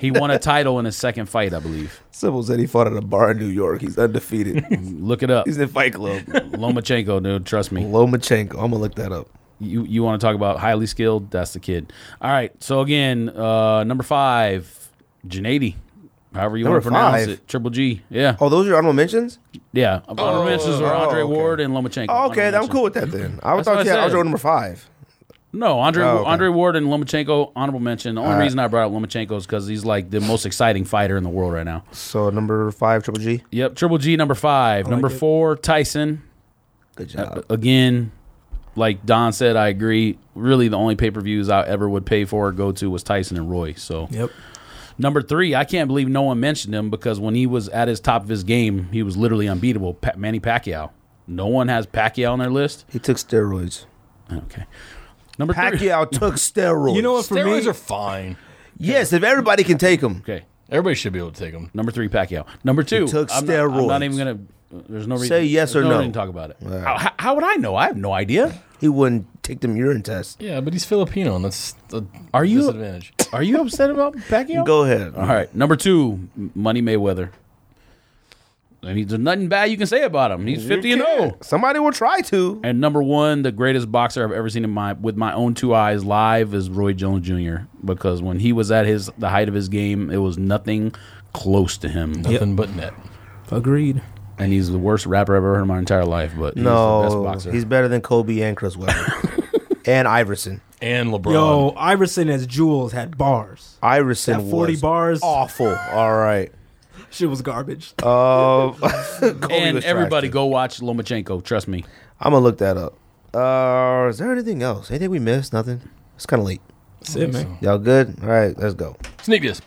he won a title in his second fight, I believe.
Sybil said he fought at a bar in New York. He's undefeated.
Look it up,
he's in Fight Club.
Lomachenko, dude. Trust me.
Lomachenko. I'm gonna look that up.
you you want to talk about highly skilled? That's the kid. All right. So again, uh, number five, Gennady. However you want to
Number
pronounce
five?
it, Triple G. Yeah,
Oh, those are honorable mentions.
yeah. Honorable mentions are Andre
oh, okay.
Ward and Lomachenko.
Oh,
Honorable
okay, then I'm
mention.
cool with that then. I would
That's what I
thought you had
said.
I was number five.
No, Andre
Oh, okay.
Andre Ward and Lomachenko. Honorable mention. The only reason I brought up Lomachenko is because he's like the most exciting fighter in the world right now.
So number five, Triple G.
Yep. Triple G number five. number
it.
four, Tyson.
Good
Uh,
job.
Again, like Don said, I agree. Really, the only pay per views I ever would pay for or go to was Tyson and Roy. So
Yep.
Number three, I can't believe no one mentioned him because when he was at his top of his game, he was literally unbeatable. Pa- Manny Pacquiao. No one has Pacquiao on their list.
He took steroids.
Okay. Number three.
Pacquiao took steroids.
You know what? For
Steroids
me,
are fine.
Yes, if everybody can take them.
Okay.
Everybody should be able to take them.
Number three, Pacquiao. Number two.
took
I'm not, I'm not
steroids.
even gonna. There's no reason.
Say yes
there's
or no.
reason to talk about it. How, how- how would I know? I have no idea.
He wouldn't take them urine tests.
Yeah, but he's Filipino, and that's the
Are you-
disadvantage.
Are you upset about Pacquiao?
Go ahead.
All right. Number two, Money Mayweather. I mean, there's nothing bad you can say about him. He's fifty and oh. zero.
Somebody will try to.
And number one, the greatest boxer I've ever seen in my with my own two eyes live is Roy Jones Jr. Because when he was at his the height of his game, it was nothing close to him.
Nothing but net.
agreed.
And he's the worst rapper I've ever heard in my entire life. But he's the best
No,
boxer.
he's better than Kobe and Chris Webber and Iverson.
And LeBron.
Yo, Iverson as Jules had bars.
Iverson
That 40
was Oh.
bars.
awful. All right.
Shit was garbage.
Um, Kobe
and
was trash,
everybody,
too.
go watch Lomachenko. Trust me.
I'm gonna look that up. Uh, is there anything else? Anything we missed? Nothing. It's kind of late.
That's it, man.
Y'all good? All right, let's go.
Sneak this.